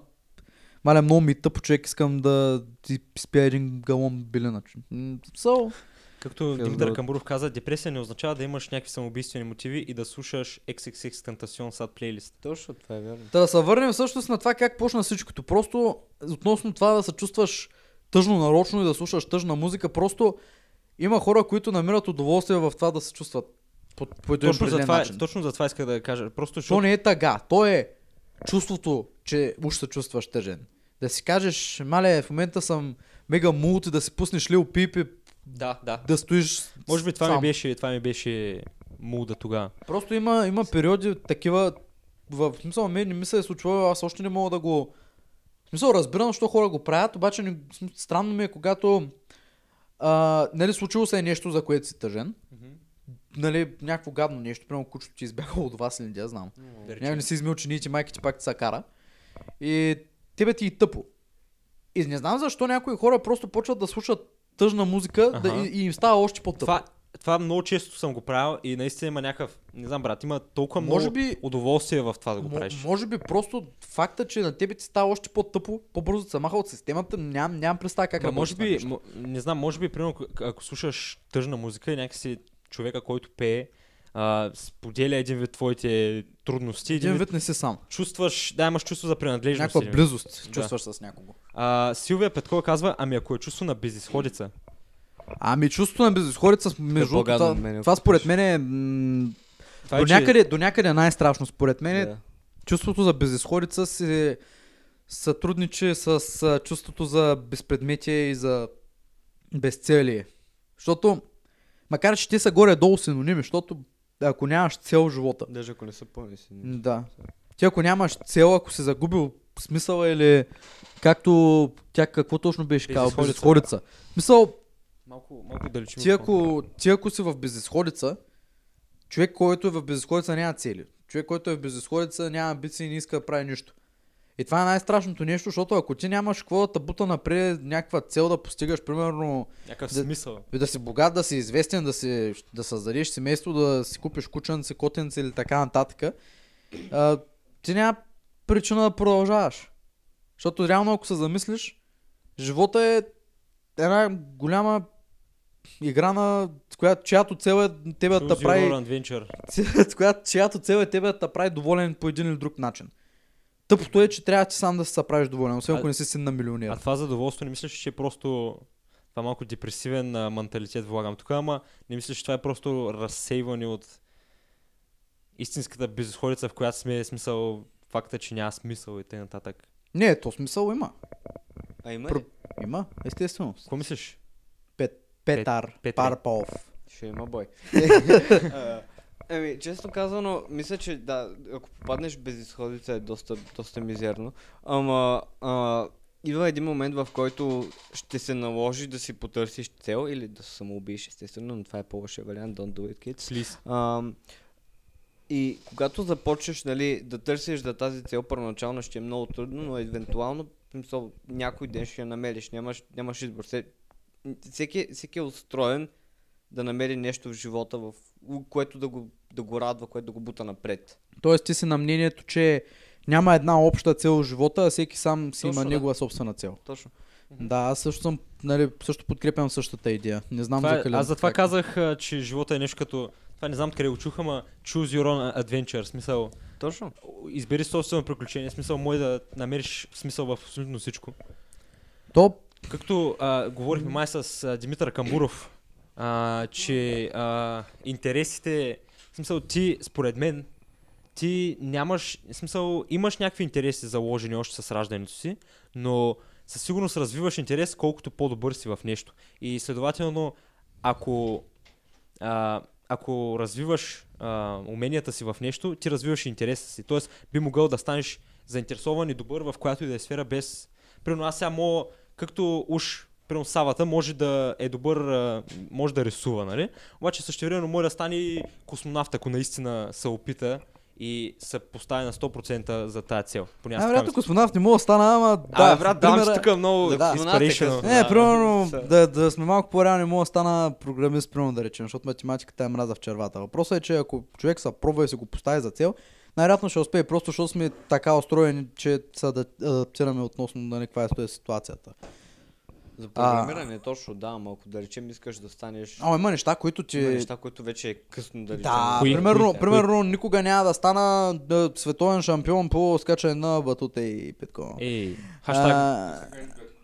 A: Маля, много ми е тъпо, човек, искам да ти спя един галон билина. М, So,
B: Както
A: Фил
B: Димитър
A: Дот.
B: Камбуров каза, депресия не означава да имаш някакви самоубийствени мотиви и да слушаш XXX Tentacion сад плейлист.
D: Точно, това е вярно.
A: Та да се върнем всъщност на това как почна всичкото. Просто относно това да се чувстваш тъжно нарочно и да слушаш тъжна музика, просто има хора, които намират удоволствие в това да се чувстват по, по един
B: Точно за,
A: определен
B: това, е,
A: начин.
B: точно за това исках да кажа. Просто
A: То
B: защото
A: не е тъга, то е чувството, че уж се чувстваш тъжен. Да си кажеш, мале, в момента съм мега мулт и да си пуснеш Лил Пипи,
B: Да, да.
A: да стоиш
B: Може би това
A: сам.
B: ми беше, това ми беше муда тогава.
A: Просто има, ами, има периоди такива, в смисъл, мен не ми се е случвало, аз още не мога да го В смисъл, разбирам, защо хора го правят, обаче не, в смисъл, странно ми е, когато а, нали, случило се е нещо, за което си тъжен. Нали, някакво гадно нещо, примерно кучето ти е избягало от вас или не да знам. Някой не си измил чините, майки ти пак ти са кара. И тебе ти е тъпо. И не знам защо някои хора просто почват да слушат тъжна музика да,
B: Аха.
A: и, и им става още по-тъпо.
B: Това, е, това много често съм го правил и наистина има някакъв, не знам брат, има толкова
A: Може
B: много
A: би-
B: удоволствие в това да го
A: Мо-
B: правиш.
A: може би просто факта, че на тебе ти става още по-тъпо, по-бързо те се маха от системата, ням, нямам представа как
B: Ма,
A: работи
B: може
A: това
B: би,
A: нещо.
B: мо, не знам, може би, примерно, к- ако слушаш тъжна музика и някакси човека, който пее, а, споделя един вид твоите трудности, един
A: Един
B: вид
A: вид не си сам.
B: чувстваш, да, имаш чувство за принадлежност.
A: Някаква
B: един вид.
A: близост чувстваш с някого.
B: А, Силвия Петкова казва, ами ако е чувство на безисходица.
A: Ами чувството на безисходица с- между другото,
D: по-гадно
A: това,
D: от мен, ако
A: това според
D: пишеш.
A: мен е, м-
B: Това
A: до,
B: е, че-
A: някъде, до някъде е най-страшно. Според мен
D: Да.
A: yeah. чувството за безисходица се сътрудничи с а, чувството за безпредметие и за безцелие. Защото, макар че те са горе-долу синоними, защото ако нямаш цел в живота,
D: Даже ако не са пълни си.
A: М, Да. Ти ако нямаш цел, ако си загубил смисъла или както тя какво точно беше казала,
B: Безизходица.
A: безисходица. Мисъл,
B: Малко, малко далечим.
A: ти ако, ти ако си в безисходица, човек, който е в безисходица няма цели. Човек, който е в безисходица няма амбиции и не иска да прави нищо. И това е най-страшното нещо, защото ако ти нямаш какво да бута напред някаква цел да постигаш, примерно
B: Някакъв
A: Да-
B: смисъл.
A: да си богат, да си известен, да, си, да създадеш семейство, да си купиш кученце, котенце или така нататък, а, ти няма причина да продължаваш. Защото реално ако се замислиш, живота е една голяма игра на която, чиято цел е тебе да те
B: Choose
A: прави
B: your own adventure.
A: с която, чиято цел е тебе да те прави доволен по един или друг начин. Тъпото е, че трябва ти сам да се правиш доволен, освен
B: А-
A: ако не си син на милионер.
B: А това задоволство не мислиш, че е просто това малко депресивен а, менталитет влагам тук, ама не мислиш, че това е просто разсейване от истинската безисходица, в която сме смисъл факта, че няма смисъл и т.н.
A: Не, то смисъл има.
D: А има
A: Пр-
D: ли?
A: Има, естествено.
B: Какво мислиш?
A: Пет, Петар,
B: Петре.
A: Парпов.
D: Ще има бой. А, Еми, често казано, мисля, че да, ако попаднеш без изходица е доста, доста мизерно. Ама, а, идва един момент, в който ще се наложи да си потърсиш цел или да се самоубиеш, естествено, но това е по-лошия вариант, don't do it, kids.
B: Слиз.
D: Ам, и когато започнеш нали, да търсиш да тази цел първоначално ще е много трудно, но евентуално в смисъл, някой ден ще я намериш, нямаш, нямаш избор. Се, всеки, всеки е устроен да намери нещо в живота, в, което да го, да го радва, което да го бута напред.
A: Тоест ти си на мнението, че няма една обща цел в живота, а всеки сам си
D: Точно,
A: има
D: да.
A: негова собствена цел.
D: Точно.
A: Да, аз също съм, нали, също подкрепям същата идея. Не знам
B: Това
A: за
B: е,
A: Калин.
B: аз затова
A: как.
B: казах, а, че живота е нещо като... Това не знам къде го чух, ама choose your own adventure. в Смисъл,
D: Точно.
B: избери собствено приключение. в Смисъл, може да намериш смисъл в абсолютно всичко.
A: То,
B: Както а, говорихме май с а, Димитър Камбуров, а, че а, интересите, в смисъл ти, според мен, ти нямаш, в смисъл имаш някакви интереси заложени още с раждането си, но със сигурност развиваш интерес колкото по-добър си в нещо. И следователно, ако, а, ако развиваш а, уменията си в нещо, ти развиваш интереса си. Тоест, би могъл да станеш заинтересован и добър в която и да е сфера без... Примерно аз сега мога, както уж Примерно Савата може да е добър, а, може да рисува, нали? Обаче същевременно може да стане и космонавт, ако наистина се опита и се постави на 100% за тази цел. Поне аз
A: а,
B: така
A: вероятно
B: мисля.
A: космонавт не мога да стана, ама
B: Да,
A: да,
B: а, брат, давам
A: примера-
B: си тук много
D: Да,
B: да,
D: космонавт е
B: inspirational.
D: късно.
A: Не,
D: Да,
A: примерно
D: са.
A: да, да сме малко по-реални, мога да стана програмист, примерно да речем, защото математиката е мраза в червата. Въпросът е, че ако човек се пробва и се го постави за цел, най-вероятно ще успее, просто защото сме така устроени, че се ада- адаптираме относно на каква е ситуацията.
D: За програмиране точно, да, ама ако да речем искаш да станеш
A: Ама има неща, които ти...
D: има неща, които вече е късно да речем.
A: Да,
B: Кои?
A: примерно,
B: Кои?
A: примерно никога няма да стана да, световен шампион по скачане на батута и петко.
B: Ей, Е, хаштаг.
A: А, да,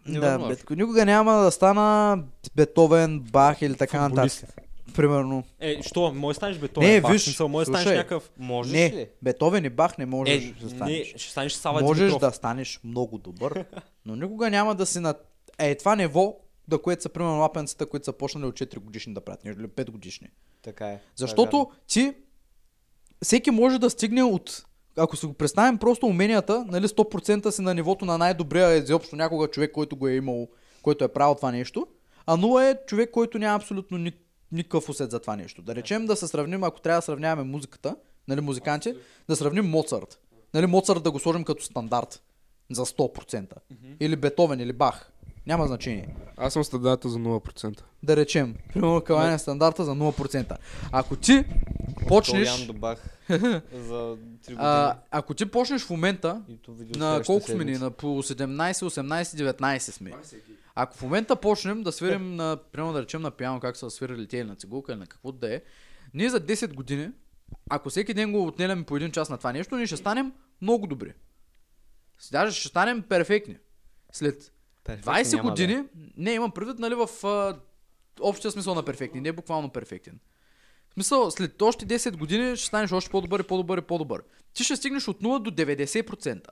D: Невъзможно.
A: бетко. Никога няма да стана Бетовен, Бах или така
B: Футболист.
A: нататък. Примерно.
B: Е, що? Може да станеш бетон.
A: Не,
B: е, пак,
A: виж,
B: смисъл, може да станеш
A: слушай.
B: някакъв...
D: Можеш
A: не,
D: ли?
A: Бетовен и Бах не можеш
B: Е,
A: да
B: не,
A: станеш.
B: ще станеш Сава
A: можеш
B: Димитров.
A: да станеш много добър, но никога няма да си на е, това ниво, да което са примерно лапенцата, които са почнали от 4 годишни да правят, нещо или 5 годишни.
D: Така е.
A: Защото ти, всеки може да стигне от ако си го представим просто уменията, нали 100% си на нивото на най-добрия е изобщо някога човек, който го е имал, който е правил това нещо, а 0 е човек, който няма абсолютно ни, никакъв усет за това нещо. Да речем да се сравним, ако трябва да сравняваме музиката, нали музиканти, да сравним Моцарт. Нали Моцарт да го сложим като стандарт за 100%. Или Бетовен, или Бах. Няма значение.
C: Аз съм стадата за 0%.
A: Да речем, примерно Калайна е стандарта за 0%. Ако ти почнеш,
D: Толян добах за 3 години.
A: а, ако ти почнеш в момента,
D: и то видео
A: на
D: следващата
A: колко сме ни?
D: седмица.
A: На по 17, 18, 19 сме. Ако в момента почнем да свирим на, примерно да речем на пиано, как са свирили те или на цигулка или на каквото да е, ние за 10 години, ако всеки ден го отнеляме по един час на това нещо, ние ще станем много добри. Даже ще станем перфектни. След
D: Перфектно
A: 20
D: няма да е.
A: години, не имам предвид, нали, в а, общия смисъл на перфектни, не е буквално перфектен. В смисъл, след още 10 години ще станеш още по-добър и по-добър и по-добър. Ти ще стигнеш от 0 до 90%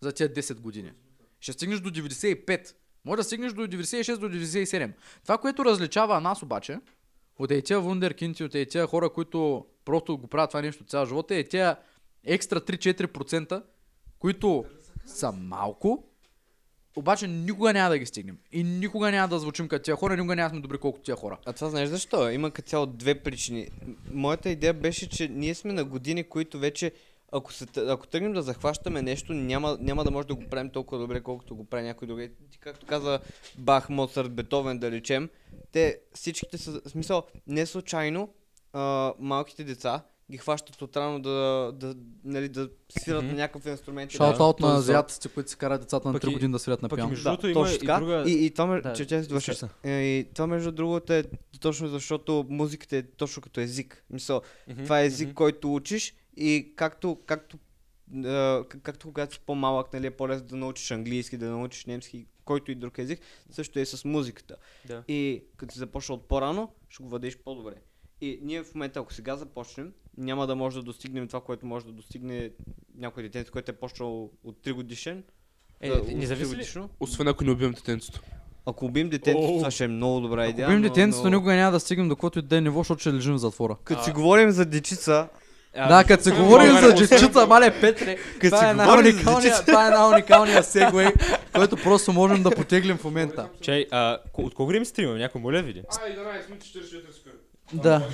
A: за тия 10 години. Ще стигнеш до 95. Може да стигнеш до 96, до 97. Това, което различава нас обаче, от ей тия вундеркинти, от ей тия хора, които просто го правят това нещо цял живот, е тия екстра 3-4%, които са малко, обаче никога няма да ги стигнем. И никога няма да звучим като тия хора, никога няма да сме добри колкото тия хора.
D: А това знаеш защо? Има като цяло две причини. М- Моята идея беше, че ние сме на години, които вече ако, се, т- ако тръгнем да захващаме нещо, няма, няма да може да го правим толкова добре, колкото го прави някой друг. Е, Ти, както каза Бах, Моцарт, Бетовен, да речем, те всичките са, в смисъл, не случайно а, малките деца ги хващат от рано да, да, нали, да свират mm-hmm. на някакъв инструмент. и да-
A: Шаут-аут
D: този
A: на
D: звук.
A: азиатците, които си карат децата на
B: Пък
A: 3
B: и-
A: години да свирят на
B: пък и
A: пиано.
B: между другото има
D: точно
B: и
D: така.
B: друга...
D: И, и това, ме-
B: Да,
D: че, че,
B: слушай
D: че,
B: се.
D: и това между другото е точно защото музиката е точно като език. Мисъл, това е език, който учиш и както, както, е, к- както когато си по-малък, нали, е по-лесно да научиш английски, да научиш немски, който и друг език, също е с музиката.
B: Да.
D: И като си започна от по-рано, ще го владееш по-добре. И ние в момента, ако сега започнем, няма да може да достигнем това, което може да достигне някой дете, което е почнал от 3 годишен.
B: Е,
D: да,
B: не
D: от
B: зависи ли-
D: 3-годишно.
C: Освен ако не убием детенцето.
D: Ако убием детето,
B: Оу.
D: това ще е много добра
A: Ако
D: идея.
A: бим
D: но-
A: детенцето,
D: но-
A: никога няма да стигнем до каквото и да е ниво, защото ще лежим в затвора.
D: Като си говорим за дечица,
A: Да, като се говорим за джетчица, мале Петре,
D: Като си
A: това е една
D: говорим за
A: уникалния,
D: джетчица.
A: това е една уникалния сегвей, който просто можем да потеглим в момента.
B: Чай, а, ко- от колко време стримаме? Някой моля види.
C: А, 11 минути 44 секунди.
A: Да,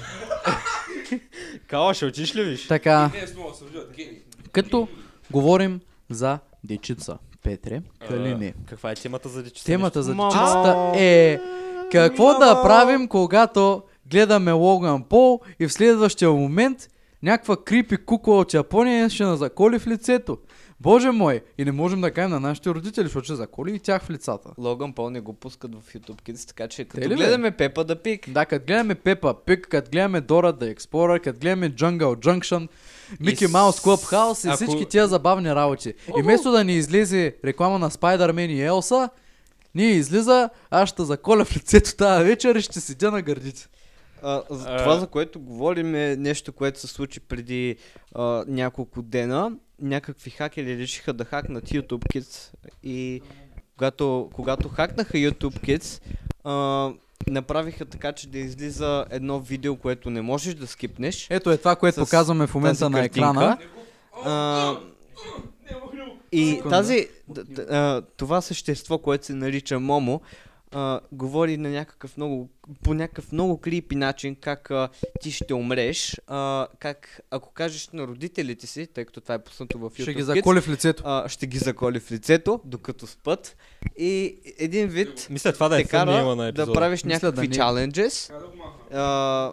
B: Кала, ще отиш ли виж?
A: така,
C: Не, Е, с много се виждат, гени.
A: като говорим за дечица, Петре, Калини.
B: А, Каква е темата за дечица?
A: Темата за
D: Мамо.
A: дечицата е какво да правим, когато гледаме Логан Пол и в следващия момент някаква крипи кукла от Япония ще на заколи в лицето. Боже мой, и не можем да кажем на нашите родители, защото ще заколи и тях в лицата.
D: Логан Пол не го пускат в YouTube Kids, така че
A: ли
D: като
A: бе?
D: гледаме Пепа да пик.
A: Да, като гледаме Пепа Пик, като гледаме Дора да Explorer, като гледаме Jungle Junction, Мики
B: И
A: Маус
B: с-
A: Клъб Хаус и
B: ако-
A: всички тия забавни работи. И вместо да ни излезе реклама на Spider-Man и Елса, ние излиза, аз ще заколя в лицето тази вечер и ще седя на гърдите.
D: А, за
B: А.
D: това, за което говорим е нещо, което се случи преди а, няколко дена. Някакви хакери решиха да хакнат YouTube Kids и когато, когато хакнаха YouTube Kids, а, направиха така, че да излиза едно видео, което не можеш да скипнеш.
A: Ето е това, което
D: С
A: показваме в момента
D: тази
A: на
D: картинка.
A: екрана.
D: А, и
A: Секунда.
D: тази, д- д- а, това същество, което се нарича Момо, а, говори на някакъв много, по някакъв много крипи начин как а, ти ще умреш, а, как ако кажеш на родителите си, тъй като това е пуснато в YouTube
A: Ще ги
D: Kids,
A: заколя в лицето.
D: а, ще ги заколи в лицето, докато спът и един вид
B: Мисля, това да е
D: те
B: филмила на
D: кара
B: епизода.
D: да правиш
A: Мисля,
D: някакви
A: да не е.
D: чаленджес, а,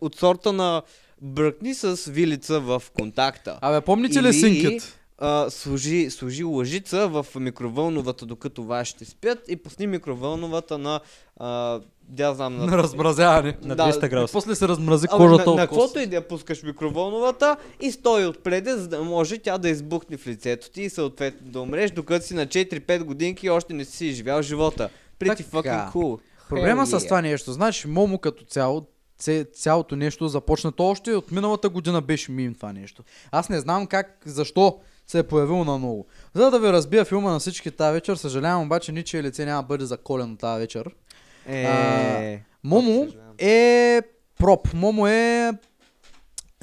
D: от сорта на бръкни с вилица в контакта.
A: Абе, помните ли
D: Или-
A: синкет?
D: а, служи, служи лъжица в микровълновата, докато вашите спят и пусни микровълновата на... А, да знам на...
A: На размразяване.
B: На
D: Да,
B: 200
D: и
A: И
B: градуса.
A: после се размрази
D: Абе, на,
A: кожата
D: на
A: от кос.
D: каквото и да я пускаш микровълновата и стои отпреде, за да може тя да избухне в лицето ти и съответно да умреш, докато си на 4-5 годинки и още не си изживял живота. Pretty
A: Така.
D: fucking cool.
A: Проблема
D: Hell
A: с това нещо, знаеш, Момо като цяло, це- цялото нещо започна то още от миналата година беше мим това нещо. Аз не знам как, защо се е появило на ново. За да ви разбия филма на всички тази вечер, съжалявам обаче, ничие лице няма да бъде заколено тази вечер.
D: Е,
A: А, Момо е проп. Момо е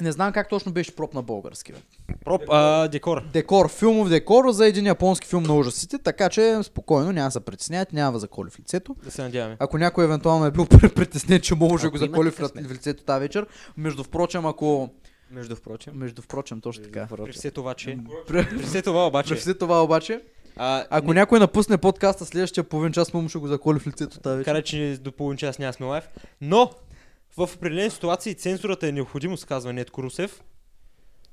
A: Не знам как точно беше проб на български. Бе.
B: Проп, а, декор.
A: Декор, филмов декор за един японски филм на ужасите, така че спокойно, няма да се притеснявате, няма да заколи в лицето.
B: Да се надяваме.
A: Ако някой евентуално е бил притеснен, че може да
E: Ако
A: го
E: имате
A: заколи в
E: късмет.
A: в лицето тази вечер, между впрочем, ако...
E: Между впрочем.
A: Между впрочем, точно така.
B: При все това, че...
A: При-
B: При все това
A: При
B: обаче...
A: все това обаче,
B: А,
A: ако някой напусне подкаста следващия половин час, му ще го заколи в лицето тази вечер.
B: Кара, че до половин час няма сме лайв. Но в определени ситуации цензурата е необходимо, се казва Нетко Русев.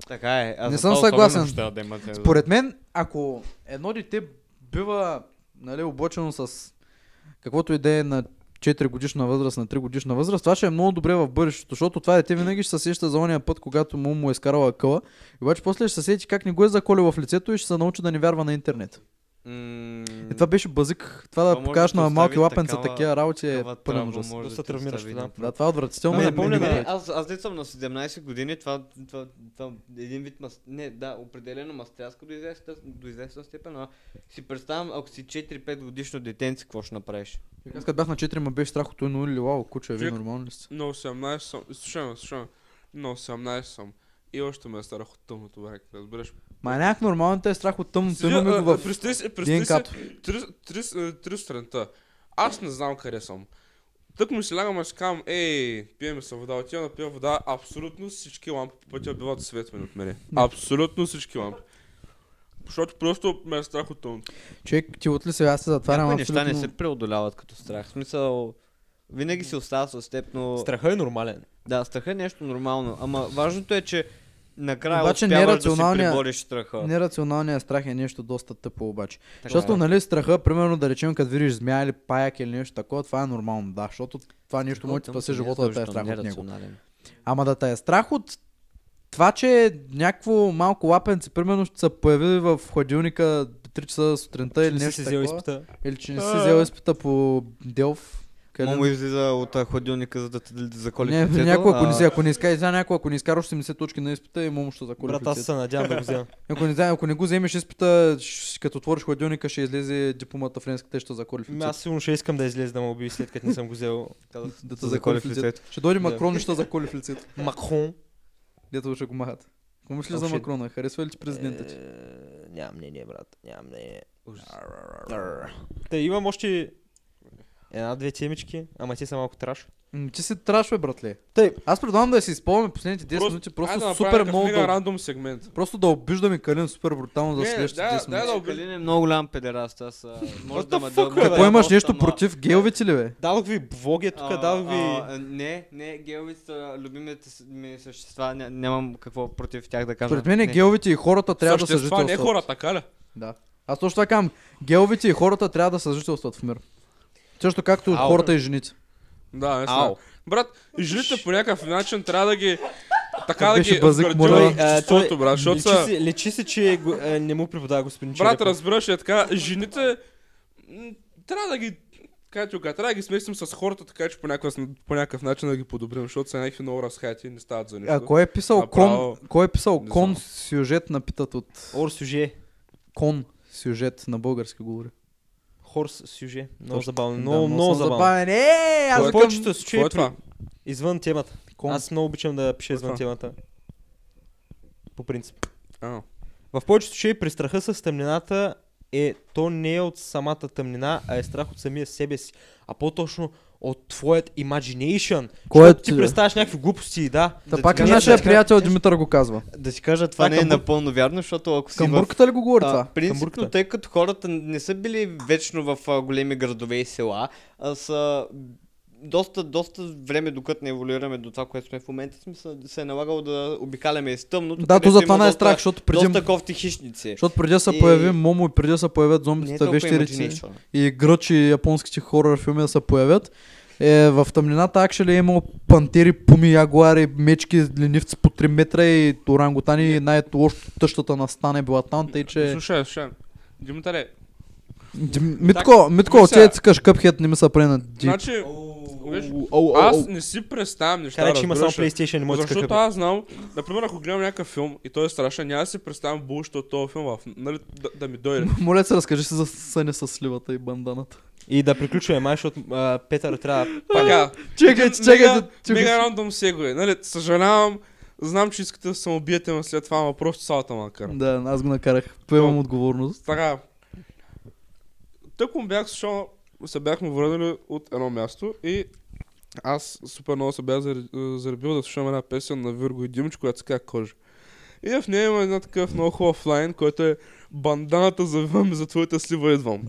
D: Така е. Аз
A: Не
D: за
A: съм
D: това особено
A: съгласен.
D: ще трябва Да има цензура.
A: Според мен, ако едно дете бива нали, облъчено с каквото и да е на 4 годишна възраст, на 3 годишна възраст, това ще е много добре в бъдещето, защото това дете винаги ще се сеща за ония път, когато му, му е скарала къла. И обаче после ще се сети как не го е заколил в лицето и ще се научи да не вярва на интернет.
D: М,
A: И това беше базик. Това да
D: Това може
A: покажеш
D: да
A: на малки
D: остави
A: лапенца
D: такава-
A: такива работи е
D: такава
A: пълен
D: травма
A: ужас.
D: може
B: Доста
D: да ти
B: травмиращо,
D: остави
B: да.
D: на-
A: Да, това е отвратително.
B: Ама
A: и
B: не
A: не
B: помня
A: ми
B: да
A: го
B: е.
A: правете.
D: Ами, нали, Не, аз, аз дет съм на 17 години, това, това, това един вид мас... Не, да, определено мастряско до известна, до известна степен, а си представям, ако си 4-5 годишно детенци, какво ще направиш?
A: Аз като бях на 4, ма беше страх от едно лилаво куче, вие
C: Човек-
A: нормално ли сте?
C: На 18 съм. Слушай, ме, слушай. ме. На 18 съм. И още ме е страх от тъмното, брак. Разбираш.
A: Ма някак нормално те е страх от тъмното,
C: Сега,
A: имаме
C: а,
A: го в
C: а, Представи си, представи си,
A: ДНК-то.
C: три- три- а, три сутринта. Аз не знам къде съм. Тък ми се лягам, аз си казвам, ей, пием се вода, отивам да пия вода, абсолютно всички лампи по пътя биват светвани от мене. Абсолютно всички лампи. Защото просто ме е страх от тъмното.
A: Човек, ти отли сега се затварям
D: Някои
A: абсолютно.
D: неща не се преодоляват като страх. В смисъл, винаги си остава с теб, но...
B: Страха е нормален.
D: Да, страха е нещо нормално. Ама важното е, че накрая
A: Обаче
D: Обаче успяваш да си
A: нерационалния-
D: пребориш страха. е.
A: Нерационалният страх е нещо доста тъпо обаче. защото, нали, страха, примерно да речем, като видиш змия или паяк или нещо такова, това е нормално, да, защото това нещо може да ти спаси живота да те е страх от него. Ама да те е страх от това, че някакво малко лапенце, примерно, ще се появи в хладилника 3 часа сутринта или
B: Не
A: е нещо
B: си взел
A: такова,
B: изпита.
A: или че не си взел изпита по Делф,
D: Къде...
A: къде
D: Мамо излиза от а, хладилника, за да те да ти е заколи
A: не,
D: в лицето,
A: някой, ако
D: а-
A: не си, ако не иска, сега някой, ако не изкараш 70 точки на изпита, и му ще заколи в
B: Брат, аз
A: лицето.
B: се надявам да го взема.
A: Ако не, знае- ако не го вземеш изпита, щ- като отвориш хладилника, ще излезе дипломата френската и ще заколи в
B: Ами
A: лицето.
B: Аз сигурно ще искам да излезе да ме уби след като не съм го взел.
A: Да те
D: заколи
A: заколи
D: в
A: в лицето.
D: лицето.
A: Ще дойде
B: Да.
A: Макрон и ще заколи в лицето.
B: Макхон.
A: Дето ще го махат. Какво мислиш за
B: Общи-
A: Макрона? Харесва ли ти президента ти?
E: Е, Нямам мнение, брат. Нямам мнение.
B: Та имам още една-две темички, ама те са малко траш.
A: М, Ти си траш, бе, братле.
B: Тъй.
A: Аз предлагам да си използваме последните 10
C: Просто-
A: минути,
C: Айде да
A: просто
C: направим
A: супер
C: някакъв
A: много
C: мега
A: да...
C: рандом сегмент.
A: Просто да обиждаме Калин супер брутално за
C: Не,
A: следващите
C: да,
A: 10
C: да,
A: минути.
C: да, обид-
D: Калин е много голям педераст, аз а, може
B: What
D: да
B: the
D: ме
B: fuck,
D: дълбам.
B: бе,
A: Какво
B: бе,
A: имаш нещо
D: Ама-
A: против геловите ли, бе?
B: Дадох ви влоги тук,
D: А,
B: дадох ви...
D: а, Не, не, геовите са любимите с- ми същества, ня- нямам какво против тях да кажа.
A: Според мен е
D: Не.
A: геловите и хората трябва да
C: Същества, не
A: съжителстват.
C: хора, така ли?
A: Да. Аз точно така казвам, геловите и хората трябва да съжителстват в мир. Също както
B: Ау.
A: хората и жените.
C: Да, не
B: Ау.
C: знам. Брат, жените по някакъв начин трябва да ги... Така да
A: Беше
C: ги
A: базък,
B: е
C: вградила
A: моля.
C: в обществото, брат, защото
B: лечи,
C: са...
B: се, лечи се, че го, а, не му преподава господин
C: Брат,
B: Черепов.
C: разбираш ли, е така, жените... м, Трябва да ги... Как ти го кажа, трябва да ги смесим с хората, така че по някакъв, по някакъв начин да ги подобрим, защото са някакви много разхати и не стават за нищо.
A: А кой е писал кон,
C: Направо-
A: кой е писал
C: Не
A: кон
C: знам.
A: сюжет на питат от
B: Ор сюже.
A: кон сюжет на български говори.
B: Хорс сюже. Много
A: Точно.
B: забавно. Много, много забавно.
A: забавен. Е, аз
C: Кой е?
A: викам-
B: Повечето се
C: Кой
B: чуе
C: е това?
B: извън темата.
A: Кон.
B: Аз много обичам да пиша извън
C: това?
B: темата. По принцип.
C: А,
B: В повечето случаи при страха с тъмнината е то не е от самата тъмнина, а е страх от самия себе си. А по-точно от твоят imagination.
A: Кой е
B: Защото ти
A: ти, бе?
B: представяш някакви глупости, да.
A: Та
D: да
A: пак и
D: ти кажа,
A: нашия
D: да.
A: приятел Димитър го казва.
D: Да си кажа, това
B: Това
D: не е
B: камбур-
D: напълно вярно, защото ако си
A: Към е.
D: в
A: бурката ли го говори това?
D: А, принципно,
B: Камбурката.
D: тъй като хората не са били вечно в а, големи градове и села, а са доста, доста време, докато не еволюираме до това, което сме в момента, сме се, се е налагало да обикаляме из тъмното.
A: Да, то
D: където
A: за
D: има
A: това не е
D: доста-
A: страх, защото преди,
D: Доста кофти хищници.
A: защото преди да се
D: И-
A: появи Момо и преди да се появят
D: Не е
A: зомбитата,
D: толкова
A: вещерици.
D: imagination.
A: и гръч и японските хорор филми да се появят. Е, в тъмнината actually е имал пантери, пуми, ягуари, мечки, ленивци по 3 метра и орангутани и най-лошото тъщата на стане била там, тъй че...
C: Слушай, слушай. Димитаре,
A: Дим- Митко, Митко,
C: мисля-
A: отиде цикаш къпхет, не ми се прави на дик.
C: значи... виж,
B: оу,
C: Аз не си представям неща,
B: Кара, че има само
C: разбираш ли?
B: PlayStation, не може да
C: Защото
B: скъпи.
C: аз знам, например, ако гледам някакъв филм и той е страшен, няма да си представям булшта от този филм, в, нали, да, да ми дойде.
A: Моля се, разкажи си за съня с сливата и банданата.
B: И да приключваме, май, защото а, Петър трябва...
C: Така,
A: Чекайте,
C: един
A: чекайте,
C: мега-
A: чекайте.
C: Мега рандом сегуе. Нали, съжалявам Знам, че искате да се убиете, но след това, ама просто е салата макар.
A: Да, аз го накарах. Поемам
C: То-
A: отговорност.
C: Така. Тъкмо бях, защото се бяхме върнали от едно място и аз супер много се бях заре- заребил да слушам една песен на Вирго и Димич, която се казва Кожа. И в нея има една такъв много хубав лайн, който е Банданата завивам и за твоята слива идвам.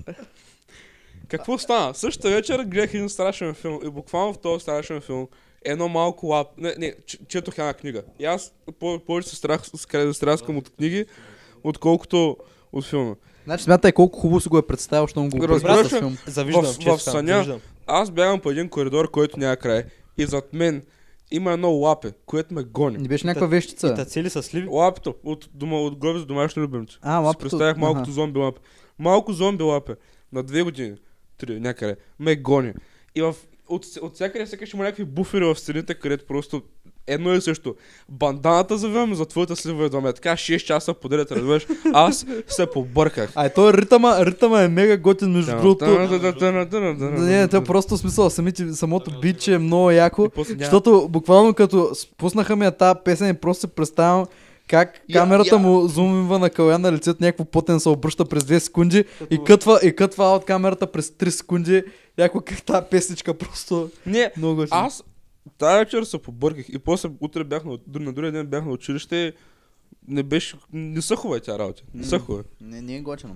C: Какво стана? Същата вечер гледах един страшен филм и буквално в този страшен филм едно малко лап... Не, не, че- четох една книга. И аз по- повече се страх, се стряскам от книги, отколкото от филма.
A: Значи смятай колко хубаво си го е представил, щом го
C: Разбираш
A: представя с
C: ли?
A: филм.
B: Завиждам,
C: В- в
B: честно,
C: съня.
B: завиждам.
C: Аз бягам по един коридор, който няма край. И зад мен има едно лапе, което ме гони.
A: Не беше някаква
B: И та
A: вещица.
B: цели са сливи.
C: Лапето от, дома, от гроби за домашно любимче.
A: А,
C: Си
A: лапето.
C: представях малкото
A: Аха.
C: зомби лапе. Малко зомби лапе. На две години. Три, някъде. Ме гони. И в, от, от всякъде сякаш има някакви буфери в стените, където просто едно и също. Банданата завивам, за твоята слива идваме. Така 6 часа подред, разбираш. Аз се побърках.
A: А, е, той ритъма, ритъма е мега готин, между
C: е
A: другото. Да, Не, това е просто в смисъл, самите, самото бич е много яко.
C: И после няма-
A: Защото буквално като спуснаха ми я тази песен и просто се представям как
C: Я-
A: камерата
C: я-
A: му зумва на Калян на лицето, някакво потен се обръща през 2 секунди и кътва, и кътва от камерата през 3 секунди. Яко как тази песничка просто
C: Не,
A: много готина.
C: Аз тази вечер се побърках и после утре бях на, на другия ден бях на училище и не беше, не са хубави тя работа. Не са хубави.
A: Не, не е готино.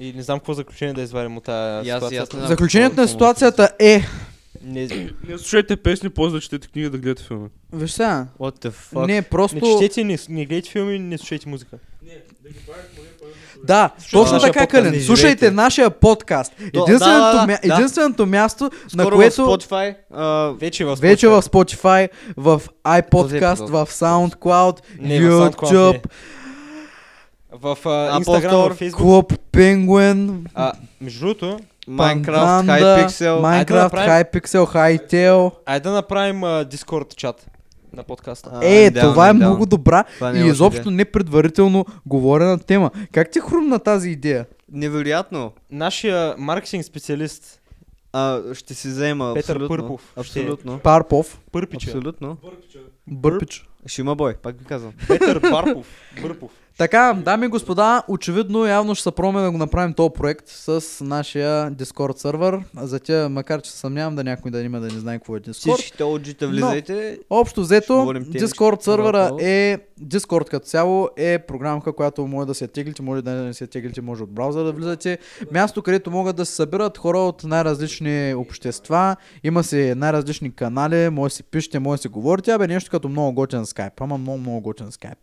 B: И не знам какво заключение да извадим от тази
D: И аз- и
B: ситуация.
D: аз не знам
A: Заключението
D: какво-
A: на
D: какво-
A: ситуацията е...
D: Не,
C: Не слушайте песни, после да четете книги да гледате филми.
A: Виж сега,
D: what the fuck?
A: не, просто...
B: Не четете, не, не гледайте филми, не слушайте музика.
A: Да, точно
B: нашия
A: така,
B: подкаст.
A: Калин.
D: Не
A: Слушайте
D: живейте.
A: нашия подкаст.
D: да,
A: Единственото,
D: да,
A: мя-
D: да.
A: единственото място, на
D: Скоро в
A: което...
D: Spotify, а,
B: Вече в
A: Вече в Spotify, в iPodcast,
D: епизод.
A: в SoundCloud,
B: не, в SoundCloud не. е.
A: YouTube,
B: В
D: Apple
B: а, Instagram, в Facebook.
D: Store.
A: Club Penguin,
B: А, между другото,
D: Minecraft,
A: Panganda,
D: Hypixel.
A: Minecraft,
B: направим-
A: Hypixel, Hytale.
B: айде да направим а, Discord чат на подкаста.
D: А,
A: Е,
D: идеално,
A: това е
D: идеално.
A: много добра
D: Това не е
A: и
D: лоша
A: изобщо
D: идея.
A: не предварително говорена тема. Как ти хрумна тази идея?
D: Невероятно.
B: Нашия маркетинг специалист,
D: А, ще си взема
B: Петър
D: абсолютно.
B: Пърпов.
D: Абсолютно.
A: Парпов,
B: Пърпича,
D: Абсолютно.
A: Бърпич.
D: Ще има бой, пак ви казвам.
B: Петър Барпов, Бърпов.
A: Така, дами и господа, очевидно явно ще се пробваме да го направим този проект с нашия Discord сервер. За тя, макар че се съмнявам да някой да има да не знае какво е Discord.
D: Всичките OG-та влизайте.
A: Общо
D: Ще
A: взето,
D: говорим темички
A: Discord сървъра
D: направо.
A: е, Discord като цяло е програмка, която може да се теглите, може да не се теглите, може от браузъра да влизате. Място, където могат да се събират хора от най-различни общества, има си най-различни канали, може да си пишете, може да си говорите, абе нещо като много готен скайп, ама много, много готен скайп.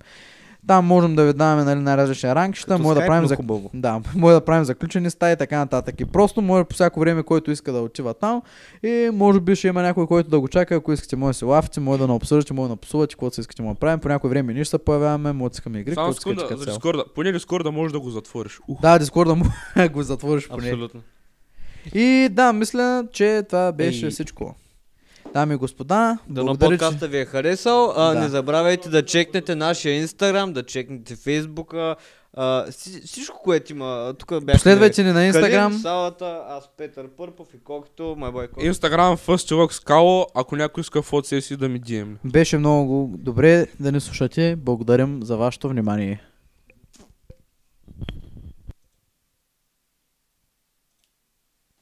A: Там можем да ви даваме нали, най-различни ранкища,
D: Като
A: може да
D: Skype,
A: правим
D: но
A: за...
D: хубаво.
A: Да, може да правим заключени стаи и така нататък. И просто може по всяко време, който иска да отива там, и може би ще има някой, който да го чака. Ако искате, може да се лафите, може да наобсъждате, може да напсувате, каквото се искате му да правим. По някое време ние ще се появяваме, може да искаме игри,
C: Само
A: каквото искате
C: секунда,
A: като
C: за
A: цяло.
C: Дискорда. Поне Дискорда можеш да го затвориш. Ух.
A: Да, Дискорда му го затвориш поне.
D: Абсолютно.
A: И да, мисля, че това беше
D: Ей.
A: всичко. Дами и господа,
D: Да на
A: благодаря, че...
D: подкаста ви е харесал. А,
A: Да.
D: Не забравяйте да чекнете нашия Инстаграм, да чекнете Фейсбука. А, си- всичко, което има. Тук бяхме...
A: Последвайте ни на
D: Калин,
A: Инстаграм.
D: салата, аз Петър Пърпов и Кокито, майбой Кокито.
C: Инстаграм, Фъстилок, Скало, ако някой иска фотосесии да ми дием.
A: Беше много добре да ни слушате. Благодарим за вашето внимание.